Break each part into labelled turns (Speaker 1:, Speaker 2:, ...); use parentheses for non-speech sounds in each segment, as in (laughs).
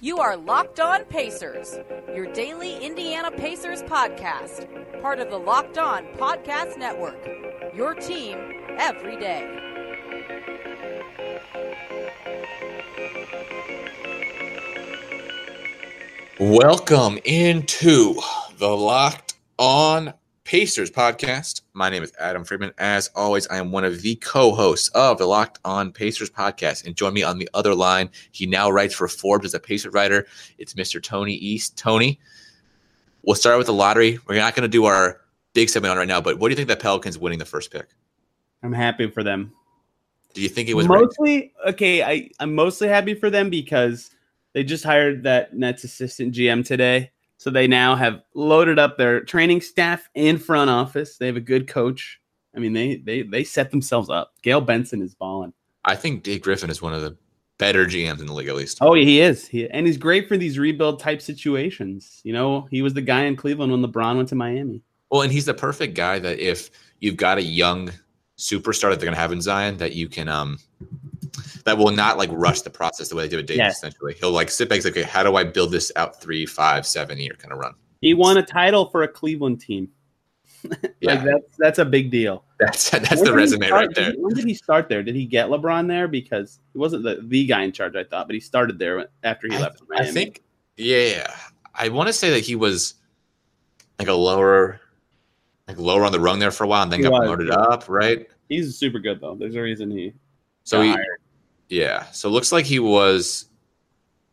Speaker 1: You are Locked On Pacers, your daily Indiana Pacers podcast, part of the Locked On Podcast Network. Your team every day.
Speaker 2: Welcome into the Locked On Pacers podcast. My name is Adam Friedman. As always, I am one of the co hosts of the Locked On Pacers podcast. And join me on the other line. He now writes for Forbes as a Pacer writer. It's Mr. Tony East. Tony, we'll start with the lottery. We're not going to do our big segment on right now, but what do you think the Pelicans winning the first pick?
Speaker 3: I'm happy for them.
Speaker 2: Do you think it was rigged?
Speaker 3: mostly okay. I I'm mostly happy for them because they just hired that Nets assistant GM today, so they now have loaded up their training staff and front office. They have a good coach. I mean, they they they set themselves up. Gail Benson is balling.
Speaker 2: I think Dave Griffin is one of the better GMs in the league, at least.
Speaker 3: Oh, yeah, he is. He and he's great for these rebuild type situations. You know, he was the guy in Cleveland when LeBron went to Miami.
Speaker 2: Well, and he's the perfect guy that if you've got a young superstar that they're gonna have in Zion, that you can um that will not like rush the process the way they did with Davis.
Speaker 3: Yeah.
Speaker 2: Essentially, he'll like sit back, he's like, okay, how do I build this out three, five, seven year kind of run?
Speaker 3: He won a title for a Cleveland team.
Speaker 2: Yeah,
Speaker 3: Like that's that's a big deal.
Speaker 2: that's that's
Speaker 3: When
Speaker 2: the
Speaker 3: did he
Speaker 2: resume
Speaker 3: start-
Speaker 2: right there.
Speaker 3: did he- when did he start there? Did he get LeBron there? Because he wasn't the, the guy in charge, I thought, but he started there after he
Speaker 2: I-
Speaker 3: left.
Speaker 2: I
Speaker 3: Miami.
Speaker 2: think, yeah, I want to say that he was like a lower, like lower on the rung there for a while, and then
Speaker 3: He
Speaker 2: got
Speaker 3: was,
Speaker 2: promoted
Speaker 3: yeah.
Speaker 2: up, right?
Speaker 3: he's super good though. There's a reason he.
Speaker 2: So
Speaker 3: got
Speaker 2: he,
Speaker 3: hired.
Speaker 2: yeah, so it looks like he was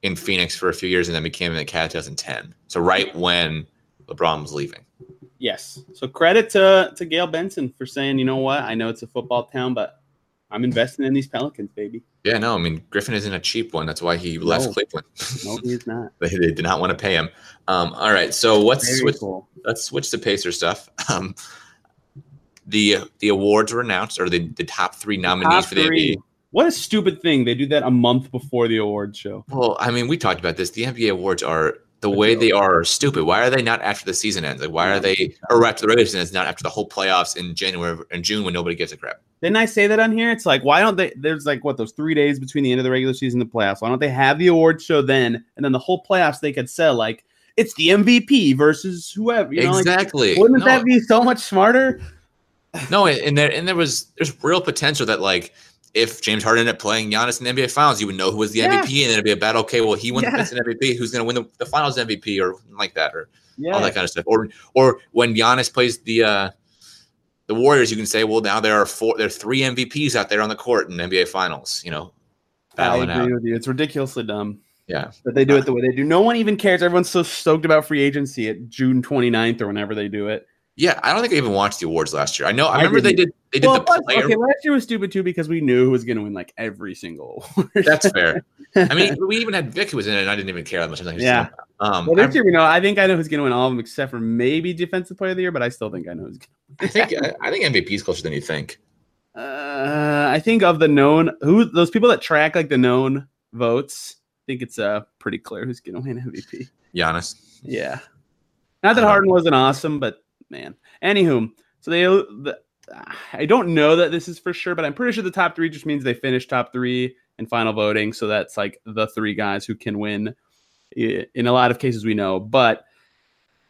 Speaker 2: in Phoenix for a few years, and then became a Cat 2010. So right when LeBron was leaving.
Speaker 3: yes. So credit to to Gail Benson for saying, you know what? I know it's a football town, but I'm investing in these Pelicans, baby.
Speaker 2: Yeah, no, I mean Griffin isn't a cheap one. That's why he left
Speaker 3: No.
Speaker 2: Cleveland.
Speaker 3: No, he's not.
Speaker 2: (laughs) they, they did not want to pay him. Um, all right, so let's
Speaker 3: Very
Speaker 2: switch.
Speaker 3: cool.
Speaker 2: Let's switch to Pacer stuff. Um, the the awards were announced, or the, the top three nominees
Speaker 3: Top
Speaker 2: for the
Speaker 3: three.
Speaker 2: NBA.
Speaker 3: What a stupid thing! They do that a month before the award show.
Speaker 2: Well, I mean, we talked about this. The NBA awards are the way they are, are stupid. Why are they not after the season ends? Like, why are they or after the regular season ends, not after the whole playoffs in January and June when nobody gives a crap?
Speaker 3: Didn't I say that on here? It's like, why don't they? There's like what those three days between the end of the regular season and the playoffs. Why don't they have the award show then, and then the whole playoffs they could sell like it's the MVP versus whoever. You know, like,
Speaker 2: exactly.
Speaker 3: wouldn't
Speaker 2: No.
Speaker 3: that be so much smarter?
Speaker 2: No, and- and there and there was there's real potential that like if James Harden ended up playing Giannis in the NBA Finals, you would know who was the
Speaker 3: Yeah.
Speaker 2: MVP, and then it'd be a battle. Okay, well, he won
Speaker 3: Yeah.
Speaker 2: the MVP. Who's going to win the, the Finals MVP or something like that, or
Speaker 3: Yeah,
Speaker 2: all that kind of stuff. Or or when Giannis plays the uh, the Warriors, you can say, well, now there are four, there are three MVPs out there on the court in the NBA Finals. You know,
Speaker 3: I
Speaker 2: battling out.
Speaker 3: agree with you. It's ridiculously dumb
Speaker 2: Yeah, Uh,
Speaker 3: that they do it the way they do. No one even cares. Everyone's so stoked about free agency at June 29th or whenever they do it.
Speaker 2: yeah. I don't think I even watched the awards last year. I know. I
Speaker 3: I
Speaker 2: remember they did. They did
Speaker 3: Well,
Speaker 2: the
Speaker 3: plus-
Speaker 2: player.
Speaker 3: okay, last year was stupid too because we knew who was going to win like every single. (laughs) award.
Speaker 2: That's fair. I
Speaker 3: (laughs)
Speaker 2: mean, we even had Vic who was in it, and I didn't even care that much. I was like, just,
Speaker 3: Yeah.
Speaker 2: Um,
Speaker 3: Well,
Speaker 2: I-
Speaker 3: this year, you know, I think I know who's going to win all of them except for maybe defensive player of the year, but I still think I know who's.
Speaker 2: I think I, I think MVP is closer than you think.
Speaker 3: Uh, I think of the known who those people that track like the known votes. I think it's uh pretty clear who's going to win MVP.
Speaker 2: Giannis.
Speaker 3: Yeah, not that
Speaker 2: Uh-huh.
Speaker 3: Harden wasn't awesome, but man. Anywho, so they. The, I don't know that this is for sure, but I'm pretty sure the top three just means they finished top three in final voting. So that's like the three guys who can win. I- In a lot of cases, we know, but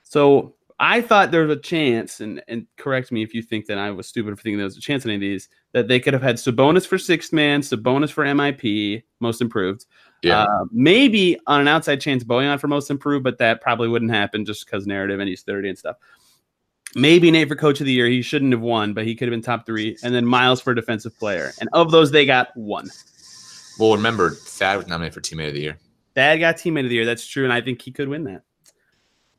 Speaker 3: so I thought there was a chance, and and correct me if you think that I was stupid for thinking there was a chance in any of these that they could have had Sabonis for sixth man, Sabonis for MIP, most improved.
Speaker 2: Yeah.
Speaker 3: Uh, maybe on an outside chance, Bojan for most improved, but that probably wouldn't happen just because narrative and he's 30 and stuff. Maybe Nate for coach of the year. He shouldn't have won, but he could have been top three. And then Miles for defensive player. And of those, they got one.
Speaker 2: Well, remember Thad was nominated for Teammate of the Year.
Speaker 3: Thad got teammate of the year. That's true. And I think he could win that.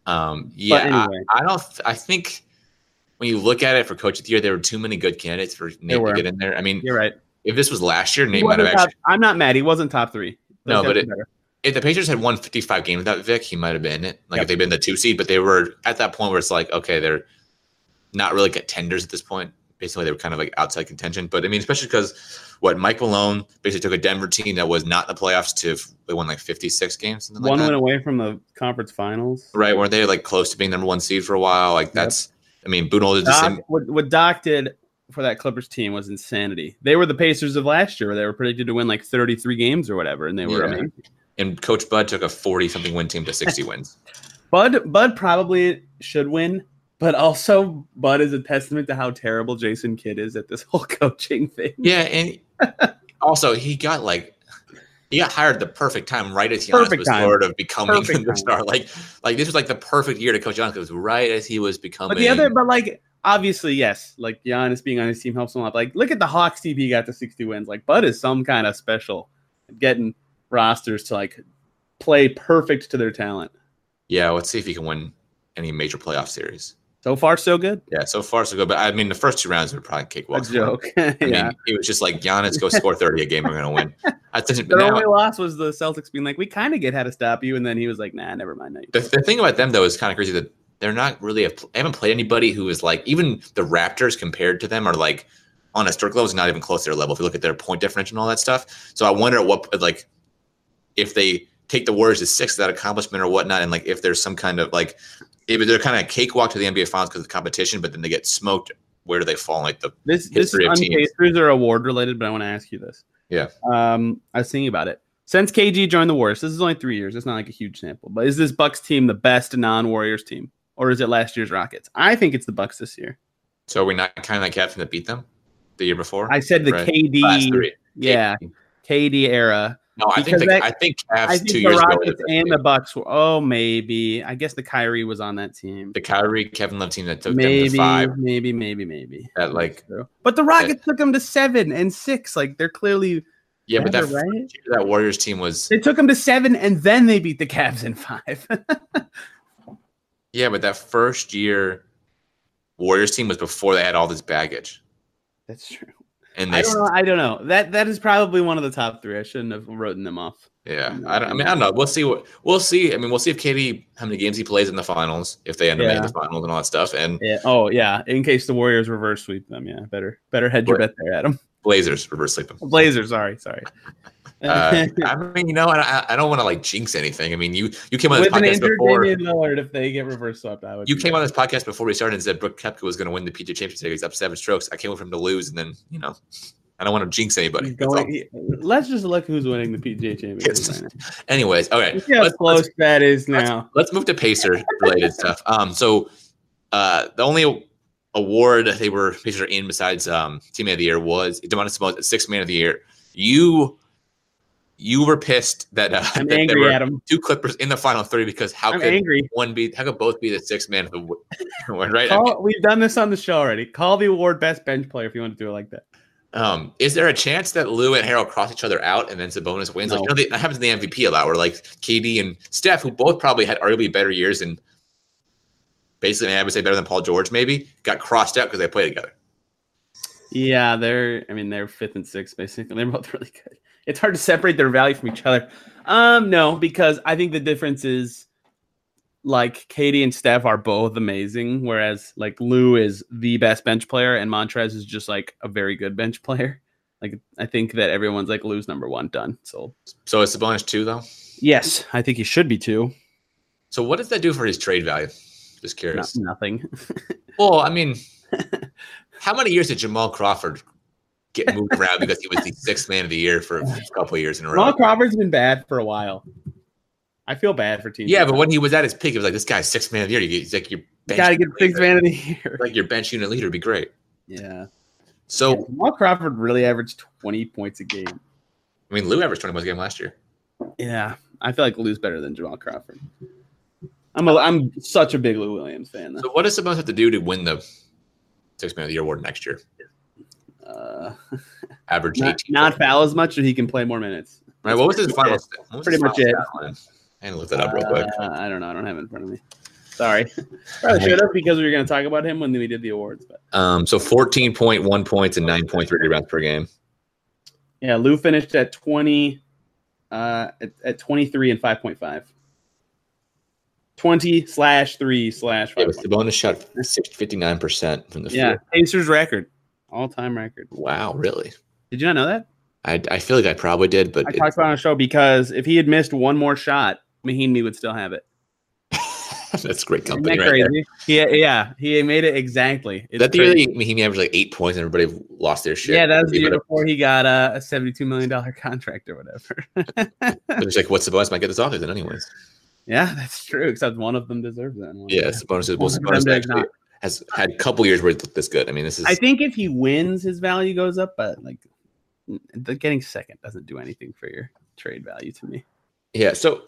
Speaker 2: Um, yeah, I-
Speaker 3: anyway.
Speaker 2: I, don't. th- I think when you look at it for Coach of the Year, there were too many good candidates for Nate to
Speaker 3: were.
Speaker 2: get in there. I mean,
Speaker 3: You're right.
Speaker 2: if this was last year,
Speaker 3: He
Speaker 2: Nate might have
Speaker 3: wasn't top-
Speaker 2: actually.
Speaker 3: I'm not mad. He wasn't top three.
Speaker 2: No,
Speaker 3: guys
Speaker 2: but
Speaker 3: were
Speaker 2: it-
Speaker 3: better.
Speaker 2: If the Patriots had won 55 games without Vic, he might have been in it. Like
Speaker 3: Yep.
Speaker 2: if they'd been the two seed, but they were at that point where it's like, okay, they're not really contenders at this point. Basically, they were kind of like outside contention. But I mean, especially because what Mike Malone basically took a Denver team that was not in the playoffs to they won like 56 games. Something like
Speaker 3: one
Speaker 2: that.
Speaker 3: went away from the conference finals.
Speaker 2: right? Weren't they like close to being number one seed for a while? Like that's, I mean, Boonhole did the
Speaker 3: Doc,
Speaker 2: same.
Speaker 3: what, what Doc did for that Clippers team was insanity. They were the Pacers of last year, where they were predicted to win like 33 games or whatever, and they were
Speaker 2: Yeah.
Speaker 3: amazing.
Speaker 2: And Coach Bud took a 40 something win team to
Speaker 3: (laughs)
Speaker 2: 60 wins.
Speaker 3: Bud Bud probably should win, but also Bud is a testament to how terrible Jason Kidd is at this whole (laughs) coaching thing.
Speaker 2: Yeah.
Speaker 3: (laughs)
Speaker 2: And also, he got like, he got hired the perfect time, right as Giannis
Speaker 3: Perfect
Speaker 2: was
Speaker 3: time.
Speaker 2: sort of becoming
Speaker 3: Perfect
Speaker 2: the
Speaker 3: time.
Speaker 2: star. Like, like this was like the perfect year to coach Giannis. It was right as he was becoming.
Speaker 3: But the other, but like obviously, yes, like Giannis being on his team helps him a lot. But, like, look at the Hawks team; he got to sixty wins. Like Bud is some kind of special, getting rosters to like play perfect to their talent.
Speaker 2: yeah, let's see if he can win any major playoff series.
Speaker 3: So far, so good.
Speaker 2: Yeah, so far so good. But I mean, the first two rounds were probably
Speaker 3: A
Speaker 2: cakewalks.
Speaker 3: joke.
Speaker 2: I mean,
Speaker 3: (laughs) yeah.
Speaker 2: it was just like Giannis go score 30 a game. We're gonna
Speaker 3: (laughs)
Speaker 2: win. I think
Speaker 3: Their
Speaker 2: now,
Speaker 3: only loss was the Celtics being like, "We kind of get how to stop you," and then he was like, "Nah, never mind." No, you
Speaker 2: the,
Speaker 3: don't."
Speaker 2: the thing about them though is kind of crazy that they're not really. A, they haven't played anybody who is like even the Raptors compared to them are like on a historic level is not even close to their level. If you look at their point differential and all that stuff, so I wonder at what like if they take the Warriors to six that accomplishment or whatnot, and like if there's some kind of like if they're kind of cakewalk to the NBA Finals because of the competition, but then they get smoked. Where do they fall? in, Like the
Speaker 3: This this is
Speaker 2: history of teams.
Speaker 3: unpacers are award related, but I want to ask you this.
Speaker 2: Yeah.
Speaker 3: Um, I was thinking about it. Since KG joined the Warriors, this is only three years. It's not like a huge sample, but is this Bucks team the best non-Warriors team, or is it last year's Rockets? I think it's the Bucks this year.
Speaker 2: so are we not kind of like captain that beat them the year before?
Speaker 3: I said the
Speaker 2: Right. Last
Speaker 3: KD,
Speaker 2: three.
Speaker 3: yeah, KD era.
Speaker 2: No, I think
Speaker 3: Because
Speaker 2: the,
Speaker 3: that-
Speaker 2: I think Cavs
Speaker 3: I think
Speaker 2: two
Speaker 3: the
Speaker 2: years ago.
Speaker 3: Rockets
Speaker 2: were The,
Speaker 3: and the Bucks were. Oh, maybe. I guess the Kyrie was on that team.
Speaker 2: the Kyrie Kevin Love team that took them to
Speaker 3: Maybe,
Speaker 2: five.
Speaker 3: maybe, maybe, maybe.
Speaker 2: That like
Speaker 3: But the Rockets took them to seven and six. Like they're clearly
Speaker 2: yeah, but that
Speaker 3: better, right?
Speaker 2: that Warriors team was
Speaker 3: They took them to seven, and then they beat the Cavs in five. (laughs)
Speaker 2: yeah, but that first year Warriors team was before they had all this baggage,
Speaker 3: That's true.
Speaker 2: and they
Speaker 3: I don't know. I don't know. That that is probably one of the top three. I shouldn't have written them off.
Speaker 2: yeah. I don't. I mean, I don't know. We'll see what we'll see. I mean, we'll see if KD how many games he plays in the finals if they end up making
Speaker 3: Yeah.
Speaker 2: the finals and all that stuff. And
Speaker 3: Yeah. Oh yeah. In case the Warriors reverse sweep them, yeah. Better better hedge your
Speaker 2: Right.
Speaker 3: bet there, Adam. (laughs)
Speaker 2: Blazers reverse sleep them.
Speaker 3: Blazers. Sorry. Sorry. (laughs)
Speaker 2: Uh, I mean, you know, I- I, I don't want to like jinx anything. I mean, you you came on this
Speaker 3: With an
Speaker 2: podcast
Speaker 3: injured
Speaker 2: before.
Speaker 3: Damian Lillard, if they get reverse swept, I would.
Speaker 2: You
Speaker 3: be-
Speaker 2: came on this podcast before we started and said Brooke Kepka was going to win the PJ Championship. He's up seven strokes. I came with him to lose, and then you know, I don't want to jinx anybody.
Speaker 3: He's
Speaker 2: That's all.
Speaker 3: going- he- let's just look who's winning the PGA
Speaker 2: Yes.
Speaker 3: Championship. right now.
Speaker 2: Anyways, all right,
Speaker 3: Let's see how
Speaker 2: Let's-
Speaker 3: close that is
Speaker 2: let's- (laughs)
Speaker 3: now.
Speaker 2: let's move to Pacer
Speaker 3: (laughs)
Speaker 2: related stuff. Um, so uh, the only award they were Pacers are in besides um Teammate of the Year was Demonis Sabonis, Sixth Man of the Year. You you were pissed that, uh,
Speaker 3: I'm
Speaker 2: that there
Speaker 3: angry
Speaker 2: were
Speaker 3: at him.
Speaker 2: two Clippers in the final three because how
Speaker 3: I'm
Speaker 2: could
Speaker 3: angry.
Speaker 2: one be? How could both be the sixth man of the w- (laughs) award? Right? I mean,
Speaker 3: Call, we've done this on the show already. Call the award best bench player if you want to do it like that.
Speaker 2: Um, is there a chance that Lou and Harold cross each other out and then Sabonis wins? Like,
Speaker 3: No.
Speaker 2: you know, they, that happens in the MVP a lot where like KD and Steph, who both probably had arguably better years and basically, I, mean, I would say better than Paul George, maybe got crossed out because they play together.
Speaker 3: Yeah, they're. I mean, they're fifth and sixth basically. (laughs) They're both really good. It's hard to separate their value from each other. Um, no, because I think the difference is like Katie and Steph are both amazing, whereas like Lou is the best bench player and Montrez is just like a very good bench (laughs) player. Like I think that everyone's like Lou's number one done. So
Speaker 2: So is Sabonis two though?
Speaker 3: yes, I think he should be too.
Speaker 2: So what does that do for his trade value? Just
Speaker 3: No-
Speaker 2: curious.
Speaker 3: nothing.
Speaker 2: Well, I
Speaker 3: (laughs)
Speaker 2: mean, how many years did Jamal Crawford get moved around because he
Speaker 3: (laughs)
Speaker 2: was the sixth man of the year for a couple of years in a row?
Speaker 3: Ron Crawford's been bad for a while. I feel bad for teams.
Speaker 2: Yeah, but when he was at his peak, it was like this guy's sixth man of the year. You get, he's like your
Speaker 3: you
Speaker 2: bench
Speaker 3: gotta get
Speaker 2: unit
Speaker 3: six
Speaker 2: leader.
Speaker 3: man of the year.
Speaker 2: Like your bench unit leader would be great.
Speaker 3: Yeah.
Speaker 2: So
Speaker 3: Yeah, Jamal Crawford really averaged 20 points a game.
Speaker 2: I mean, Lou averaged 20 points a game last year.
Speaker 3: Yeah, I feel like Lou's better than Jamal Crawford. I'm a, I'm such a big Lou Williams fan.
Speaker 2: So what does Sabonis have to do to win the six man of the year award next year?
Speaker 3: though. Uh,
Speaker 2: Average
Speaker 3: not,
Speaker 2: 18.
Speaker 3: not foul as much, so he can play more minutes.
Speaker 2: right. What was his
Speaker 3: pretty
Speaker 2: final?
Speaker 3: much
Speaker 2: stat- what was
Speaker 3: Pretty
Speaker 2: his
Speaker 3: much
Speaker 2: final
Speaker 3: it.
Speaker 2: stat line? I had to look that up real quick.
Speaker 3: Uh, I don't know. I don't have it in front of me. Sorry, (laughs) probably should have because we were going to talk about him when we did the awards. But
Speaker 2: Um, so 14.1 points and 9.3 rebounds per game.
Speaker 3: yeah, Lou finished at 20, uh, at, at 23 and 5.5. 20 slash three slash
Speaker 2: Yeah,
Speaker 3: five.
Speaker 2: but Sabonis shot 59% from the
Speaker 3: Yeah,
Speaker 2: field.
Speaker 3: Pacers record, all time record.
Speaker 2: Wow, really?
Speaker 3: Did you not know that?
Speaker 2: I, I feel like I probably did, but
Speaker 3: I
Speaker 2: it-
Speaker 3: talked about it on the show because if he had missed one more shot, Mahinmi would still have it.
Speaker 2: (laughs) That's great
Speaker 3: Isn't
Speaker 2: company.
Speaker 3: that
Speaker 2: Right there.
Speaker 3: crazy? He, yeah, he made it exactly. It's
Speaker 2: that the
Speaker 3: crazy.
Speaker 2: year that he, he averaged like eight points and everybody lost their shit.
Speaker 3: Yeah, that was the
Speaker 2: Everybody-
Speaker 3: year before he got uh, a seventy-two million dollar (laughs) contract or whatever. (laughs)
Speaker 2: (laughs) But it's like, what's the bonus? Might get this author then, anyways.
Speaker 3: yeah, that's true. Except one of them deserves it. and one of
Speaker 2: Yeah,
Speaker 3: them
Speaker 2: it's the bonus. Well,
Speaker 3: Well,
Speaker 2: the bonus
Speaker 3: Brandon
Speaker 2: actually
Speaker 3: not.
Speaker 2: has had a couple years where it looked this good. I mean, this is
Speaker 3: I think if he wins, his value goes up, but like n- the getting second doesn't do anything for your trade value to me.
Speaker 2: yeah. So,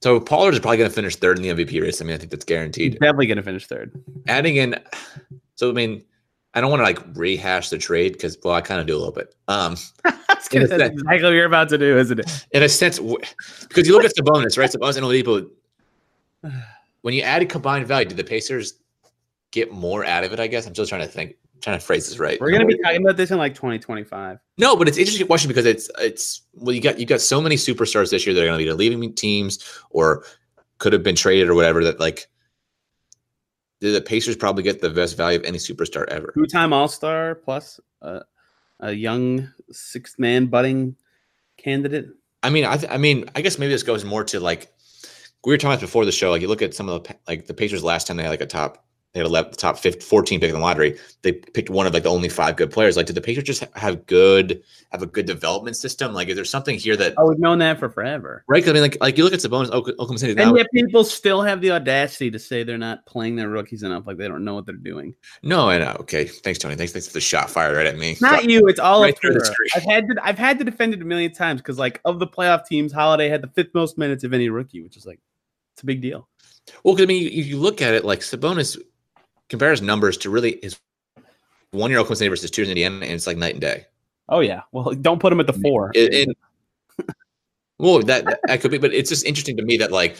Speaker 2: so Pollard is probably going to finish third in the MVP race. I mean, I think that's
Speaker 3: He's
Speaker 2: guaranteed.
Speaker 3: definitely gonna finish third. (laughs)
Speaker 2: Adding in, so I mean, I don't want to like rehash the trade because well, I kind of do a little bit. Um,
Speaker 3: that's
Speaker 2: In a
Speaker 3: gonna- that's
Speaker 2: sense.
Speaker 3: exactly what you're about to do, isn't it?
Speaker 2: in a sense, w- because you look at Sabonis, right? Sabonis and Oladipo. (sighs) When you add a combined value, did the Pacers get more out of it? I guess I'm still trying to think, trying to phrase this right.
Speaker 3: We're gonna be talking about this in like 2025.
Speaker 2: No, but it's an interesting question because it's it's well you got you got so many superstars this year that are going to be leaving teams or could have been traded or whatever that like did the Pacers probably get the best value of any superstar ever?
Speaker 3: Two-time All-Star plus uh, a young sixth man budding candidate.
Speaker 2: I mean, I th- I mean, I guess maybe this goes more to like we were talking about before the show. Like you look at some of the pa- like the Pacers last time they had like a top they had a left top 15, 14 pick in the lottery. They picked one of like the only five good players. Like did the Pacers just ha- have good have a good development system? Like is there something here that
Speaker 3: Oh, we've known that for forever.
Speaker 2: right? 'Cause I mean, like like you look at Sabonis, Ok- Oklahoma City. now-
Speaker 3: And yet people still have the audacity to say they're not playing their rookies enough, like they don't know what they're doing.
Speaker 2: No, I know. Okay, thanks, Tony. Thanks, thanks for the shot fired right at me.
Speaker 3: Not you. It's all
Speaker 2: Right
Speaker 3: of
Speaker 2: through the
Speaker 3: Tura.
Speaker 2: screen.
Speaker 3: I've had to I've had to defend it a million times because like of the playoff teams, Holiday had the fifth most minutes of any rookie, which is like it's a big deal.
Speaker 2: Well, 'cause I mean, you, you look at it like Sabonis compares numbers to really his one year Oklahoma City versus two years in Indiana, and it's like night and day.
Speaker 3: Oh yeah. Well, don't put him at the four.
Speaker 2: It, and well, that that- that could be, but it's just interesting to me that like.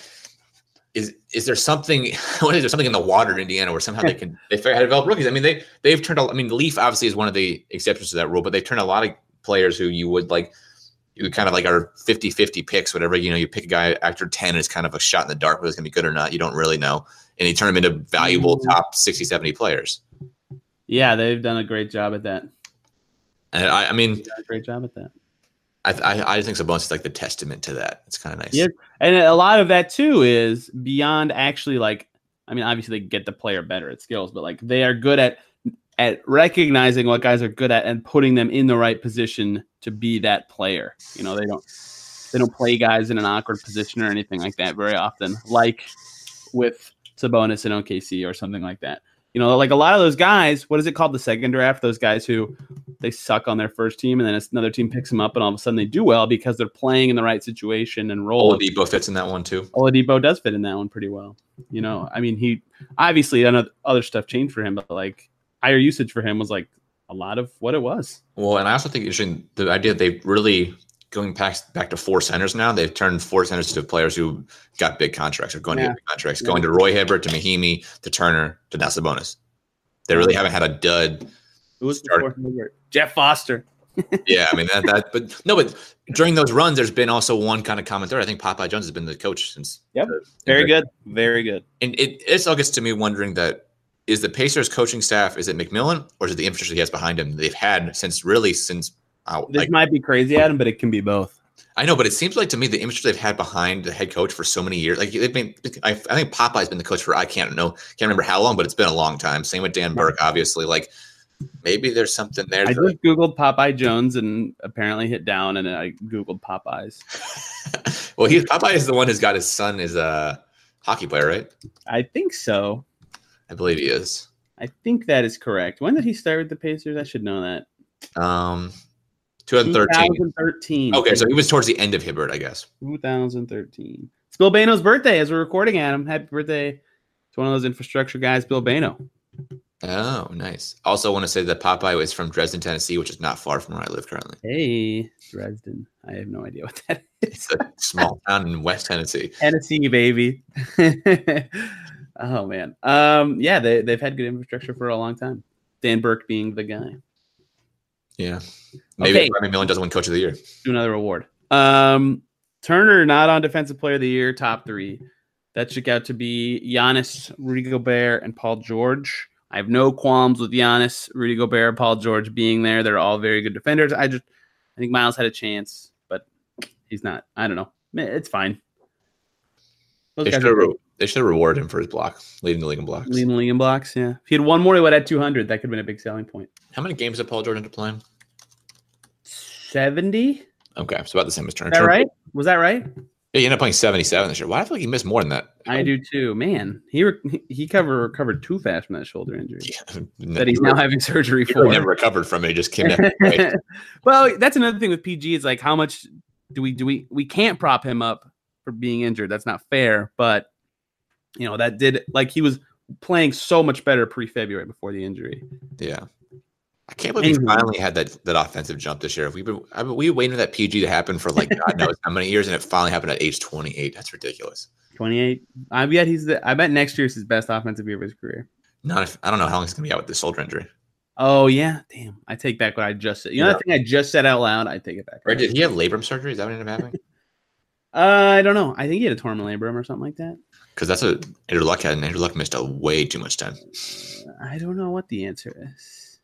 Speaker 2: Is, is there something (laughs) is there something in the water in Indiana where somehow they can they figure out how to develop rookies? I mean they they've turned a, I mean Leaf obviously is one of the exceptions to that rule, but they've turned a lot of players who you would like you kind of like are 50 50 picks, whatever. You know, you pick a guy after 10 is kind of a shot in the dark, whether it's going to be good or not. You don't really know. And you turn them into valuable
Speaker 3: Mhm.
Speaker 2: top 60, 70 players.
Speaker 3: yeah, they've done a great job at that.
Speaker 2: And I, I mean,
Speaker 3: They've done a great job at that.
Speaker 2: I, I, I just think Sabonis is like the testament to that. It's kind of nice.
Speaker 3: Yeah. And a lot of that too is beyond actually like I mean, obviously they get the player better at skills, but like they are good at at recognizing what guys are good at and putting them in the right position to be that player. You know, they don't they don't play guys in an awkward position or anything like that very often, like with Sabonis and OKC or something like that. You know, like a lot of those guys, what is it called? The second draft, those guys who they suck on their first team and then it's- another team picks them up and all of a sudden they do well because they're playing in the right situation and role.
Speaker 2: Oladipo fits in that one too.
Speaker 3: Oladipo does fit in that one pretty well. You know, I mean, he obviously another other stuff changed for him, but like higher usage for him was like a lot of what it was.
Speaker 2: Well, and I also think interesting the idea that they really going past back to four centers now. They've turned four centers to players who got big contracts or going
Speaker 3: Yeah.
Speaker 2: to get big contracts,
Speaker 3: Yeah.
Speaker 2: going to Roy Hibbert, to Mahimi, to Turner, to Nasa Bonus. They really haven't had a dud
Speaker 3: It was
Speaker 2: Start-
Speaker 3: before Hilbert. Jeff Foster.
Speaker 2: yeah, I mean that, that. But no, but during those runs, there's been also one kind of common thread. I think Popeye Jones has been the coach since.
Speaker 3: Yep.
Speaker 2: the-
Speaker 3: Very good. Very good.
Speaker 2: And it this all gets to me wondering that is the Pacers coaching staff is it McMillan or is it the infrastructure he has behind him? They've had since really since. Uh,
Speaker 3: This
Speaker 2: like,
Speaker 3: might be crazy, Adam, but it can be both.
Speaker 2: I know, but it seems like to me the infrastructure they've had behind the head coach for so many years. Like they've been, I, I think Popeye's been the coach for I can't know, can't remember how long, but it's been a long time. Same with Dan Burke, obviously. Like maybe there's something there.
Speaker 3: I
Speaker 2: that-
Speaker 3: just Googled Popeye Jones and apparently hit down and I Googled Popeyes.
Speaker 2: (laughs) well, he Popeye is the one who's got his son is a hockey player, right?
Speaker 3: I think so.
Speaker 2: I believe he is.
Speaker 3: I think that is correct. When did he start with the Pacers? I should know that.
Speaker 2: Um, 2013.
Speaker 3: 2013.
Speaker 2: Okay, so he was towards the end of Hibbert, I guess.
Speaker 3: 2013. It's Bill Bano's birthday as we're recording, Adam. Happy birthday to one of those infrastructure guys, Bill Bano.
Speaker 2: Oh, nice. Also, want to say that Popeye is from Dresden, Tennessee, which is not far from where I live currently.
Speaker 3: Hey, Dresden. I have no idea what that is.
Speaker 2: It's a small (laughs) town in West Tennessee.
Speaker 3: Tennessee, baby. (laughs) oh man. Um, yeah, they, they've had good infrastructure for a long time. Dan Burke being the guy.
Speaker 2: Yeah. Maybe
Speaker 3: Okay.
Speaker 2: okay. Millen doesn't win Coach of the Year.
Speaker 3: Do another award. Um, Turner not on defensive player of the year, top three. That shook out to be Giannis, Rudy Gobert, and Paul George. I have no qualms with Giannis, Rudy Gobert, Paul George being there. They're all very good defenders. I just I think Miles had a chance, but he's not. I don't know. Meh, It's fine. Those
Speaker 2: They
Speaker 3: guys
Speaker 2: should have
Speaker 3: are-
Speaker 2: re- They should have rewarded him for his block, leading the league in blocks.
Speaker 3: Lean Lincoln blocks. Yeah. If he had one more, he would have had 200. That could have been a big selling point.
Speaker 2: How many games did Paul Jordan end up playing?
Speaker 3: 70? Is
Speaker 2: Okay, it's about the same as Turner.
Speaker 3: that right? Was that right?
Speaker 2: Yeah, he ended up playing 77 this year. Why do I feel like he missed more than that? (laughs)
Speaker 3: I do too. Man, he re- he cover recovered too fast from that shoulder injury
Speaker 2: Yeah,
Speaker 3: that he's now having (laughs) surgery
Speaker 2: he
Speaker 3: for.
Speaker 2: never recovered from it. He just came
Speaker 3: (laughs)
Speaker 2: back. Right.
Speaker 3: well, that's another thing with PG is like how much do we do we we can't prop him up for being injured. That's not fair, but you know, that did like he was playing so much better pre-February before the injury.
Speaker 2: Yeah. I can't believe he
Speaker 3: Anyway.
Speaker 2: finally had that that offensive jump this year. We've been I mean, we waiting for that PG to happen for like God knows how many years, and it finally happened at age 28. That's ridiculous.
Speaker 3: 28. I bet he's the I bet next year's his best offensive year of his career.
Speaker 2: Not if I don't know how long he's gonna be out with this shoulder injury.
Speaker 3: Oh yeah, damn. I take back what I just said. You know that thing I just said out loud? I take it back.
Speaker 2: Or did he have labrum surgery? Is that what ended up happening? (laughs)
Speaker 3: Uh, I don't know. I think he had a torn labrum or something like that.
Speaker 2: Because that's what Andrew Luck had, and Andrew Luck missed a way too much time.
Speaker 3: I don't know what the answer is.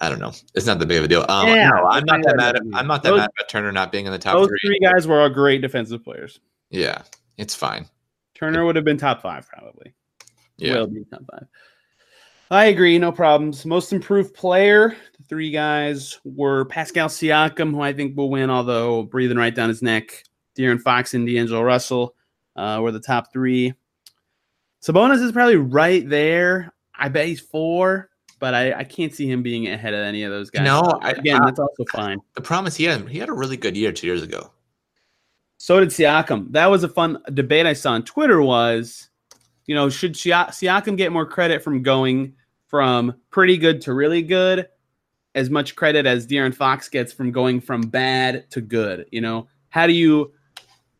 Speaker 2: I don't know. It's not that big of a deal. Um,
Speaker 3: Yeah,
Speaker 2: no, I'm not that
Speaker 3: yeah,
Speaker 2: mad. At,
Speaker 3: yeah.
Speaker 2: I'm not that
Speaker 3: Those-
Speaker 2: mad about Turner not being in the top
Speaker 3: Those
Speaker 2: three.
Speaker 3: three guys were all great defensive players.
Speaker 2: Yeah, it's fine.
Speaker 3: Turner would have been top five probably.
Speaker 2: Yeah,
Speaker 3: will be top five. I agree, no problems. Most improved player, the three guys were Pascal Siakam, who I think will win, although breathing right down his neck. De'Aaron Fox and D'Angelo Russell uh, were the top three. Sabonis is probably right there. I bet he's four, but I, I can't see him being ahead of any of those guys.
Speaker 2: No, I-
Speaker 3: again,
Speaker 2: I-
Speaker 3: that's also fine.
Speaker 2: the problem is he had he had a really good year two years ago.
Speaker 3: So did Siakam. That was a fun debate I saw on Twitter. Was you know should Siak- Siakam get more credit from going from pretty good to really good, as much credit as De'Aaron Fox gets from going from bad to good? You know how do you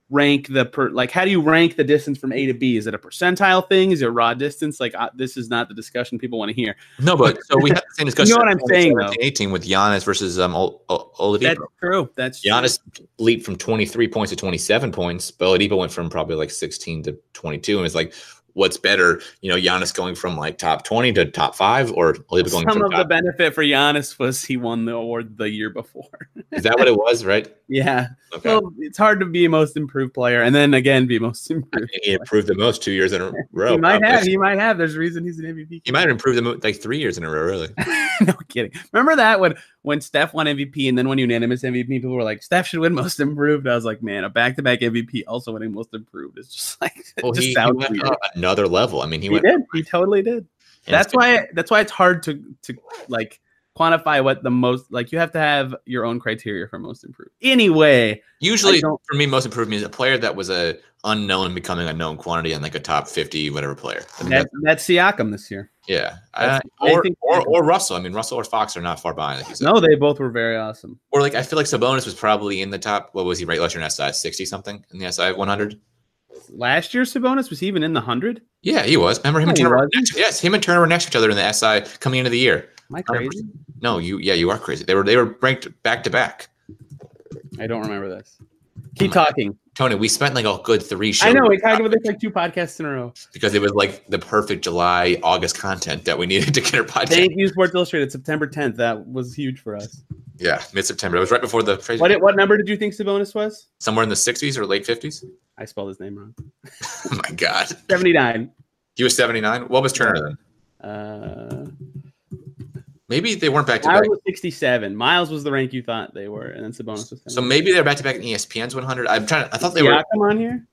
Speaker 3: rank the per like how do you rank the distance from A to B? Is it a percentile thing? Is it raw distance? Like uh, this is not the discussion people want to hear.
Speaker 2: No,
Speaker 3: (laughs)
Speaker 2: but so we had the same discussion.
Speaker 3: You know what I'm saying, though.
Speaker 2: 18 with Giannis versus um Ol- Ol-
Speaker 3: That's
Speaker 2: Oladipo.
Speaker 3: true. That's true.
Speaker 2: Giannis leaped from 23 points to 27 points, but Oladipo went from probably like 16 to 22, and it's like, what's better, you know, Giannis going from like top 20 to top five, or Oladipo going
Speaker 3: Some
Speaker 2: from
Speaker 3: of the
Speaker 2: top?
Speaker 3: benefit for Giannis was he won the award the year before. (laughs)
Speaker 2: Is that what it was, right?
Speaker 3: yeah,
Speaker 2: Okay,
Speaker 3: (laughs) Well, it's hard to be most improved player and then again be most (laughs) improved.
Speaker 2: he improved the most two years in
Speaker 3: (laughs)
Speaker 2: a row.
Speaker 3: he might
Speaker 2: probably.
Speaker 3: have. He might have. There's a reason he's an
Speaker 2: (laughs)
Speaker 3: MVP.
Speaker 2: He might have improved the mo- like three years in a row, really.
Speaker 3: (laughs) no kidding. Remember that when when Steph won MVP and then when unanimous MVP, people were like, Steph should win most improved. I was like, man, a back to back MVP also winning most improved is just (laughs) like it
Speaker 2: Well,
Speaker 3: just
Speaker 2: he, he
Speaker 3: sounds
Speaker 2: went
Speaker 3: weird.
Speaker 2: up another level. I mean, he,
Speaker 3: He,
Speaker 2: went.
Speaker 3: did. He totally did.
Speaker 2: and
Speaker 3: that's
Speaker 2: it's been-
Speaker 3: why that's why it's hard to to like quantify what the most like you have to have your own criteria for most improved. Anyway,
Speaker 2: Usually,
Speaker 3: I don't-
Speaker 2: for me, most improved means a player that was a unknown becoming a known quantity and like a top fifty whatever player. I mean,
Speaker 3: that, that's Siakam this year.
Speaker 2: that- yeah,
Speaker 3: that's-
Speaker 2: I-
Speaker 3: I
Speaker 2: or,
Speaker 3: think-
Speaker 2: or or Russell. I mean, Russell or Fox are not far behind. Like you said.
Speaker 3: No, they both were very awesome.
Speaker 2: Or like I feel like Sabonis was probably in the top. What was he right last year in SI sixty something in the SI one hundred?
Speaker 3: last year Sabonis was he even in the hundred.
Speaker 2: Yeah, he was. Remember him and
Speaker 3: No, he
Speaker 2: Turner? were
Speaker 3: wasn't.
Speaker 2: next- yes, him and Turner were next to each other in the SI coming into the year.
Speaker 3: Am I
Speaker 2: 100%.
Speaker 3: crazy?
Speaker 2: No, you yeah, you are crazy. They were they were ranked back to back.
Speaker 3: I don't remember this. Keep
Speaker 2: Oh my-
Speaker 3: talking.
Speaker 2: Tony, we spent like a good three shows.
Speaker 3: I know we talked about this like two podcasts in a row.
Speaker 2: because it was like the perfect July August content that we (laughs) needed to get our podcast.
Speaker 3: Thank you, Sports Illustrated. September 10th. That was huge for us.
Speaker 2: yeah, mid September. It was right before the crazy
Speaker 3: What what number did you think Sabonis was?
Speaker 2: somewhere in the sixties or late fifties. (laughs)
Speaker 3: I spelled his name wrong.
Speaker 2: Oh my god,
Speaker 3: 79.
Speaker 2: he was seventy nine. What was Turner then?
Speaker 3: Uh,
Speaker 2: Maybe they weren't back to back.
Speaker 3: Miles was 67. Miles was the rank you thought they were, and then Sabonis was.
Speaker 2: So maybe they're back to back in E ESPN's one hundred. I'm trying. To, I thought they were.
Speaker 3: Siakam on here.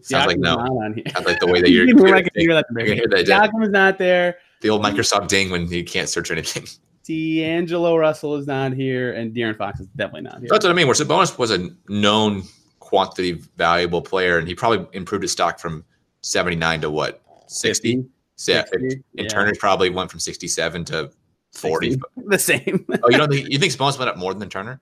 Speaker 2: Sounds like
Speaker 3: Siakam's
Speaker 2: no.
Speaker 3: Not on here.
Speaker 2: Sounds like the way that you're.
Speaker 3: (laughs) You can hear that
Speaker 2: you're gonna hear that, yeah.
Speaker 3: Siakam is not there.
Speaker 2: the old Microsoft ding when you can't search anything.
Speaker 3: D'Angelo Russell is not here, and De'Aaron Fox is definitely not here.
Speaker 2: That's what I mean. Where Sabonis was a known quantity valuable player, and he probably improved his stock from seventy nine to what 60? So, Yeah,
Speaker 3: 60,
Speaker 2: and
Speaker 3: yeah.
Speaker 2: Turner probably went from sixty seven to forty.
Speaker 3: 60. (laughs) The same.
Speaker 2: Oh, you don't think you think Sabonis went up more than Turner?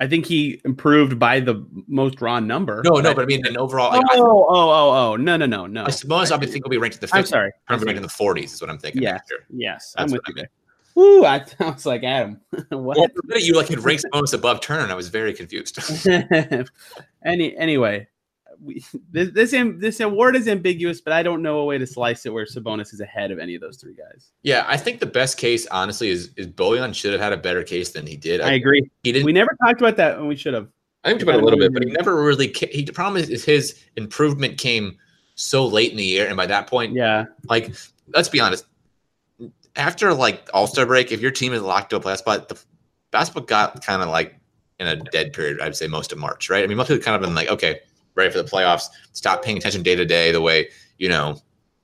Speaker 3: I think he improved by the most raw number.
Speaker 2: No, no, but I mean, in overall, like, I-
Speaker 3: oh, oh, oh, oh, no, no, no, no.
Speaker 2: I, Sabonis, I would think will be ranked in the
Speaker 3: I'm
Speaker 2: 50s. Turner
Speaker 3: sorry.
Speaker 2: will be ranked in the forties is what I'm thinking.
Speaker 3: Yeah.
Speaker 2: next year.
Speaker 3: Yes, I'm
Speaker 2: that's
Speaker 3: with
Speaker 2: what I
Speaker 3: you.
Speaker 2: mean.
Speaker 3: Woo! I, (laughs) I was like Adam. what?
Speaker 2: Well, for a minute, you like had ranked Sabonis above Turner, and I was very confused. (laughs)
Speaker 3: (laughs) Any anyway, we, this this am- this award is ambiguous, but I don't know a way to slice it where Sabonis is ahead of any of those three guys.
Speaker 2: yeah, I think the best case, honestly, is is Bojan should have had a better case than he did.
Speaker 3: I agree.
Speaker 2: he didn't.
Speaker 3: We never talked about that, and we should have.
Speaker 2: I think about it a little bit, but he never really. Ca- he the problem is, is his improvement came so late in the year, and by that point,
Speaker 3: Yeah,
Speaker 2: like let's be honest, after like All Star break, if your team is locked to a playoff spot, the basketball got kind of like in a dead period. I'd say most of March, right? I mean, most people kind of been like, okay, ready for the playoffs. Stop paying attention day to day the way you know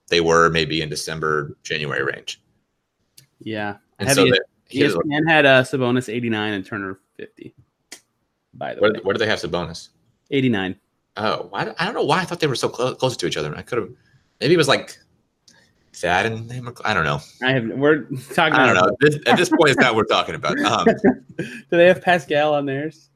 Speaker 2: they were maybe in December, January range,
Speaker 3: yeah.
Speaker 2: and
Speaker 3: Have
Speaker 2: so
Speaker 3: you-
Speaker 2: that- here's what,
Speaker 3: ESPN had uh, Sabonis 89 and Turner 50. By the way,
Speaker 2: what, what do they have as a bonus?
Speaker 3: 89.
Speaker 2: Oh, why, I don't know why I thought they were so close, close to each other. I could have, maybe it was like that and they were, I don't know.
Speaker 3: I have. We're (laughs) talking.
Speaker 2: I don't
Speaker 3: about-
Speaker 2: know. This, at this point, it's not what we're talking about. Um,
Speaker 3: Do they have Pascal on theirs?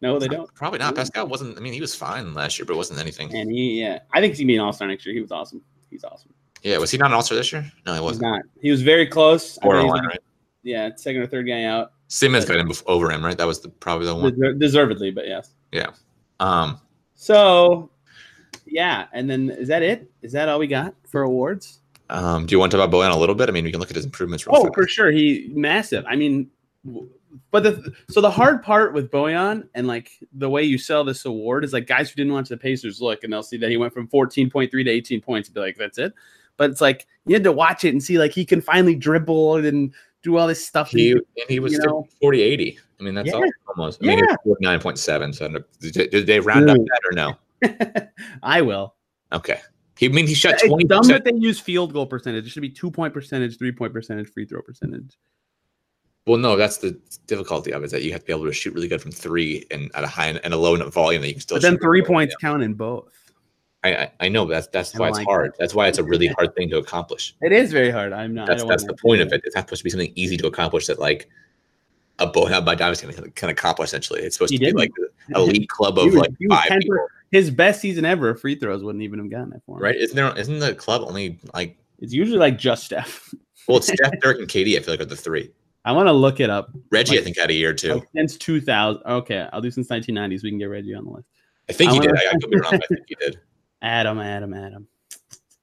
Speaker 3: No, they don't.
Speaker 2: Probably not. Pascal wasn't, I mean, he was fine last year, but it wasn't anything.
Speaker 3: And he, yeah, I think he's gonna be an All Star next year. He was awesome. He's awesome.
Speaker 2: Yeah, was he not an all star this year? No, he
Speaker 3: He's
Speaker 2: wasn't.
Speaker 3: not. He was very close. I mean, he's
Speaker 2: Borderline,
Speaker 3: like-
Speaker 2: right?
Speaker 3: Yeah, second or third guy out,
Speaker 2: Simmons got him bef- over him, right? That was the, probably the one.
Speaker 3: Deser- deservedly, but yes.
Speaker 2: Um,
Speaker 3: So, yeah, and then is that it? Is that all we got for awards?
Speaker 2: um, do you want to talk about Boyan a little bit? I mean, we can look at his improvements. Real
Speaker 3: Oh,
Speaker 2: fast.
Speaker 3: for sure, he massive. I mean, w- but the so the hard part with Boyan and like the way you sell this award is like guys who didn't watch the Pacers look and they'll see that he went from fourteen point three to eighteen points and be like, that's it. But it's like you had to watch it and see like he can finally dribble and do all this stuff.
Speaker 2: He, and he was
Speaker 3: You
Speaker 2: still
Speaker 3: know?
Speaker 2: 40 80. I mean, that's
Speaker 3: Yeah.
Speaker 2: all almost. I mean, it's 49.7. So I don't- did, did they round up
Speaker 3: Dude.
Speaker 2: that or no?
Speaker 3: (laughs) I will.
Speaker 2: Okay. He, I mean, he shot
Speaker 3: It's
Speaker 2: 20.
Speaker 3: dumb that they use field goal percentage. It should be two point percentage, three point percentage, free throw percentage.
Speaker 2: Well, no, that's the difficulty of it is that you have to be able to shoot really good from three and at a high and a low enough volume that you can still.
Speaker 3: But then
Speaker 2: shoot.
Speaker 3: three points count in both.
Speaker 2: I, I, I know, but that's that's
Speaker 3: I
Speaker 2: why
Speaker 3: don't
Speaker 2: it's
Speaker 3: like
Speaker 2: hard. That's why it's a
Speaker 3: (laughs)
Speaker 2: really hard thing to accomplish.
Speaker 3: It is very hard. I'm not. I
Speaker 2: That's
Speaker 3: don't
Speaker 2: that's
Speaker 3: wanna-
Speaker 2: the point of it. It's not supposed to be something easy to accomplish that like a bonehead by Davis can, can accomplish. Essentially, it's supposed
Speaker 3: He
Speaker 2: to be
Speaker 3: didn't.
Speaker 2: like an
Speaker 3: (laughs)
Speaker 2: elite club
Speaker 3: He
Speaker 2: of
Speaker 3: was-
Speaker 2: like
Speaker 3: he was
Speaker 2: five
Speaker 3: 10%
Speaker 2: people,
Speaker 3: his best season ever free throws wouldn't even have gotten that for him.
Speaker 2: right? Isn't there? Isn't the club only like?
Speaker 3: It's usually like just Steph. (laughs)
Speaker 2: Well, it's Steph, Dirk, and Katie. I feel like are the three.
Speaker 3: I want to look it up.
Speaker 2: Reggie, I
Speaker 3: Like-
Speaker 2: think, had a year or two.
Speaker 3: Like, since 2000. Okay, I'll do since 1990s. We can get Reggie on the list.
Speaker 2: I think
Speaker 3: I
Speaker 2: he did.
Speaker 3: wanna-
Speaker 2: I, I could be wrong. But I think he did.
Speaker 3: Adam, Adam, Adam.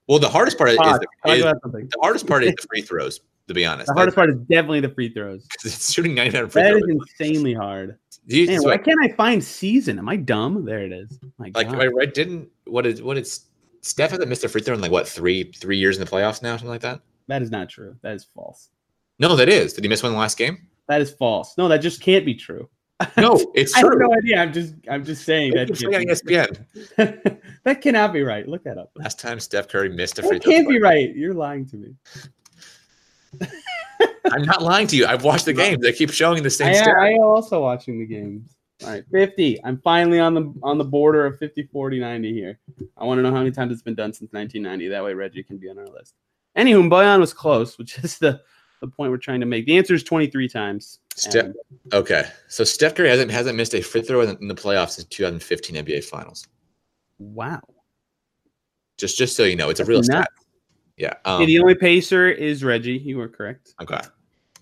Speaker 2: Well, the hardest
Speaker 3: (laughs)
Speaker 2: part is,
Speaker 3: Todd,
Speaker 2: the,
Speaker 3: talk
Speaker 2: is
Speaker 3: about something.
Speaker 2: the hardest
Speaker 3: (laughs)
Speaker 2: part is the free throws. To be honest,
Speaker 3: The hardest part is definitely the free throws.
Speaker 2: because it's shooting 99 free
Speaker 3: That
Speaker 2: throws.
Speaker 3: is insanely hard.
Speaker 2: Do you-
Speaker 3: Man,
Speaker 2: so
Speaker 3: why
Speaker 2: I-
Speaker 3: can't I find season? Am I dumb? There it is. My
Speaker 2: like
Speaker 3: God.
Speaker 2: I, I didn't what is what is Steph hasn't missed a free throw in like what three three years in the playoffs now something like that.
Speaker 3: that is not true. That is false.
Speaker 2: No, that is. Did he miss one last game?
Speaker 3: That is false. No, that just can't be true.
Speaker 2: No, it's
Speaker 3: (laughs) I have
Speaker 2: true.
Speaker 3: no idea. I'm just I'm just saying
Speaker 2: They
Speaker 3: that.
Speaker 2: keep saying on E
Speaker 3: can't
Speaker 2: ESPN.
Speaker 3: be- (laughs) that cannot be right. Look that up.
Speaker 2: Last time Steph Curry missed a free
Speaker 3: That
Speaker 2: throw.
Speaker 3: can't be right. You're lying to me.
Speaker 2: I'm not lying to you. I've watched the game. They keep showing the same
Speaker 3: I,
Speaker 2: stuff.
Speaker 3: I am also watching the games. All right, 50. I'm finally on the on the border of 50, 40, 90 here. I want to know how many times it's been done since 1990. That way Reggie can be on our list. Anywho, Boyan was close, which is the, the point we're trying to make. The answer is 23 times.
Speaker 2: Step-
Speaker 3: And
Speaker 2: Okay, so Steph Curry hasn't hasn't missed a free throw in, in the playoffs since 2015 NBA Finals.
Speaker 3: wow.
Speaker 2: Just just so you know, it's a
Speaker 3: That's
Speaker 2: real
Speaker 3: nuts.
Speaker 2: stat. Yeah. Um,
Speaker 3: Yeah, the only pacer is Reggie. You were correct.
Speaker 2: okay.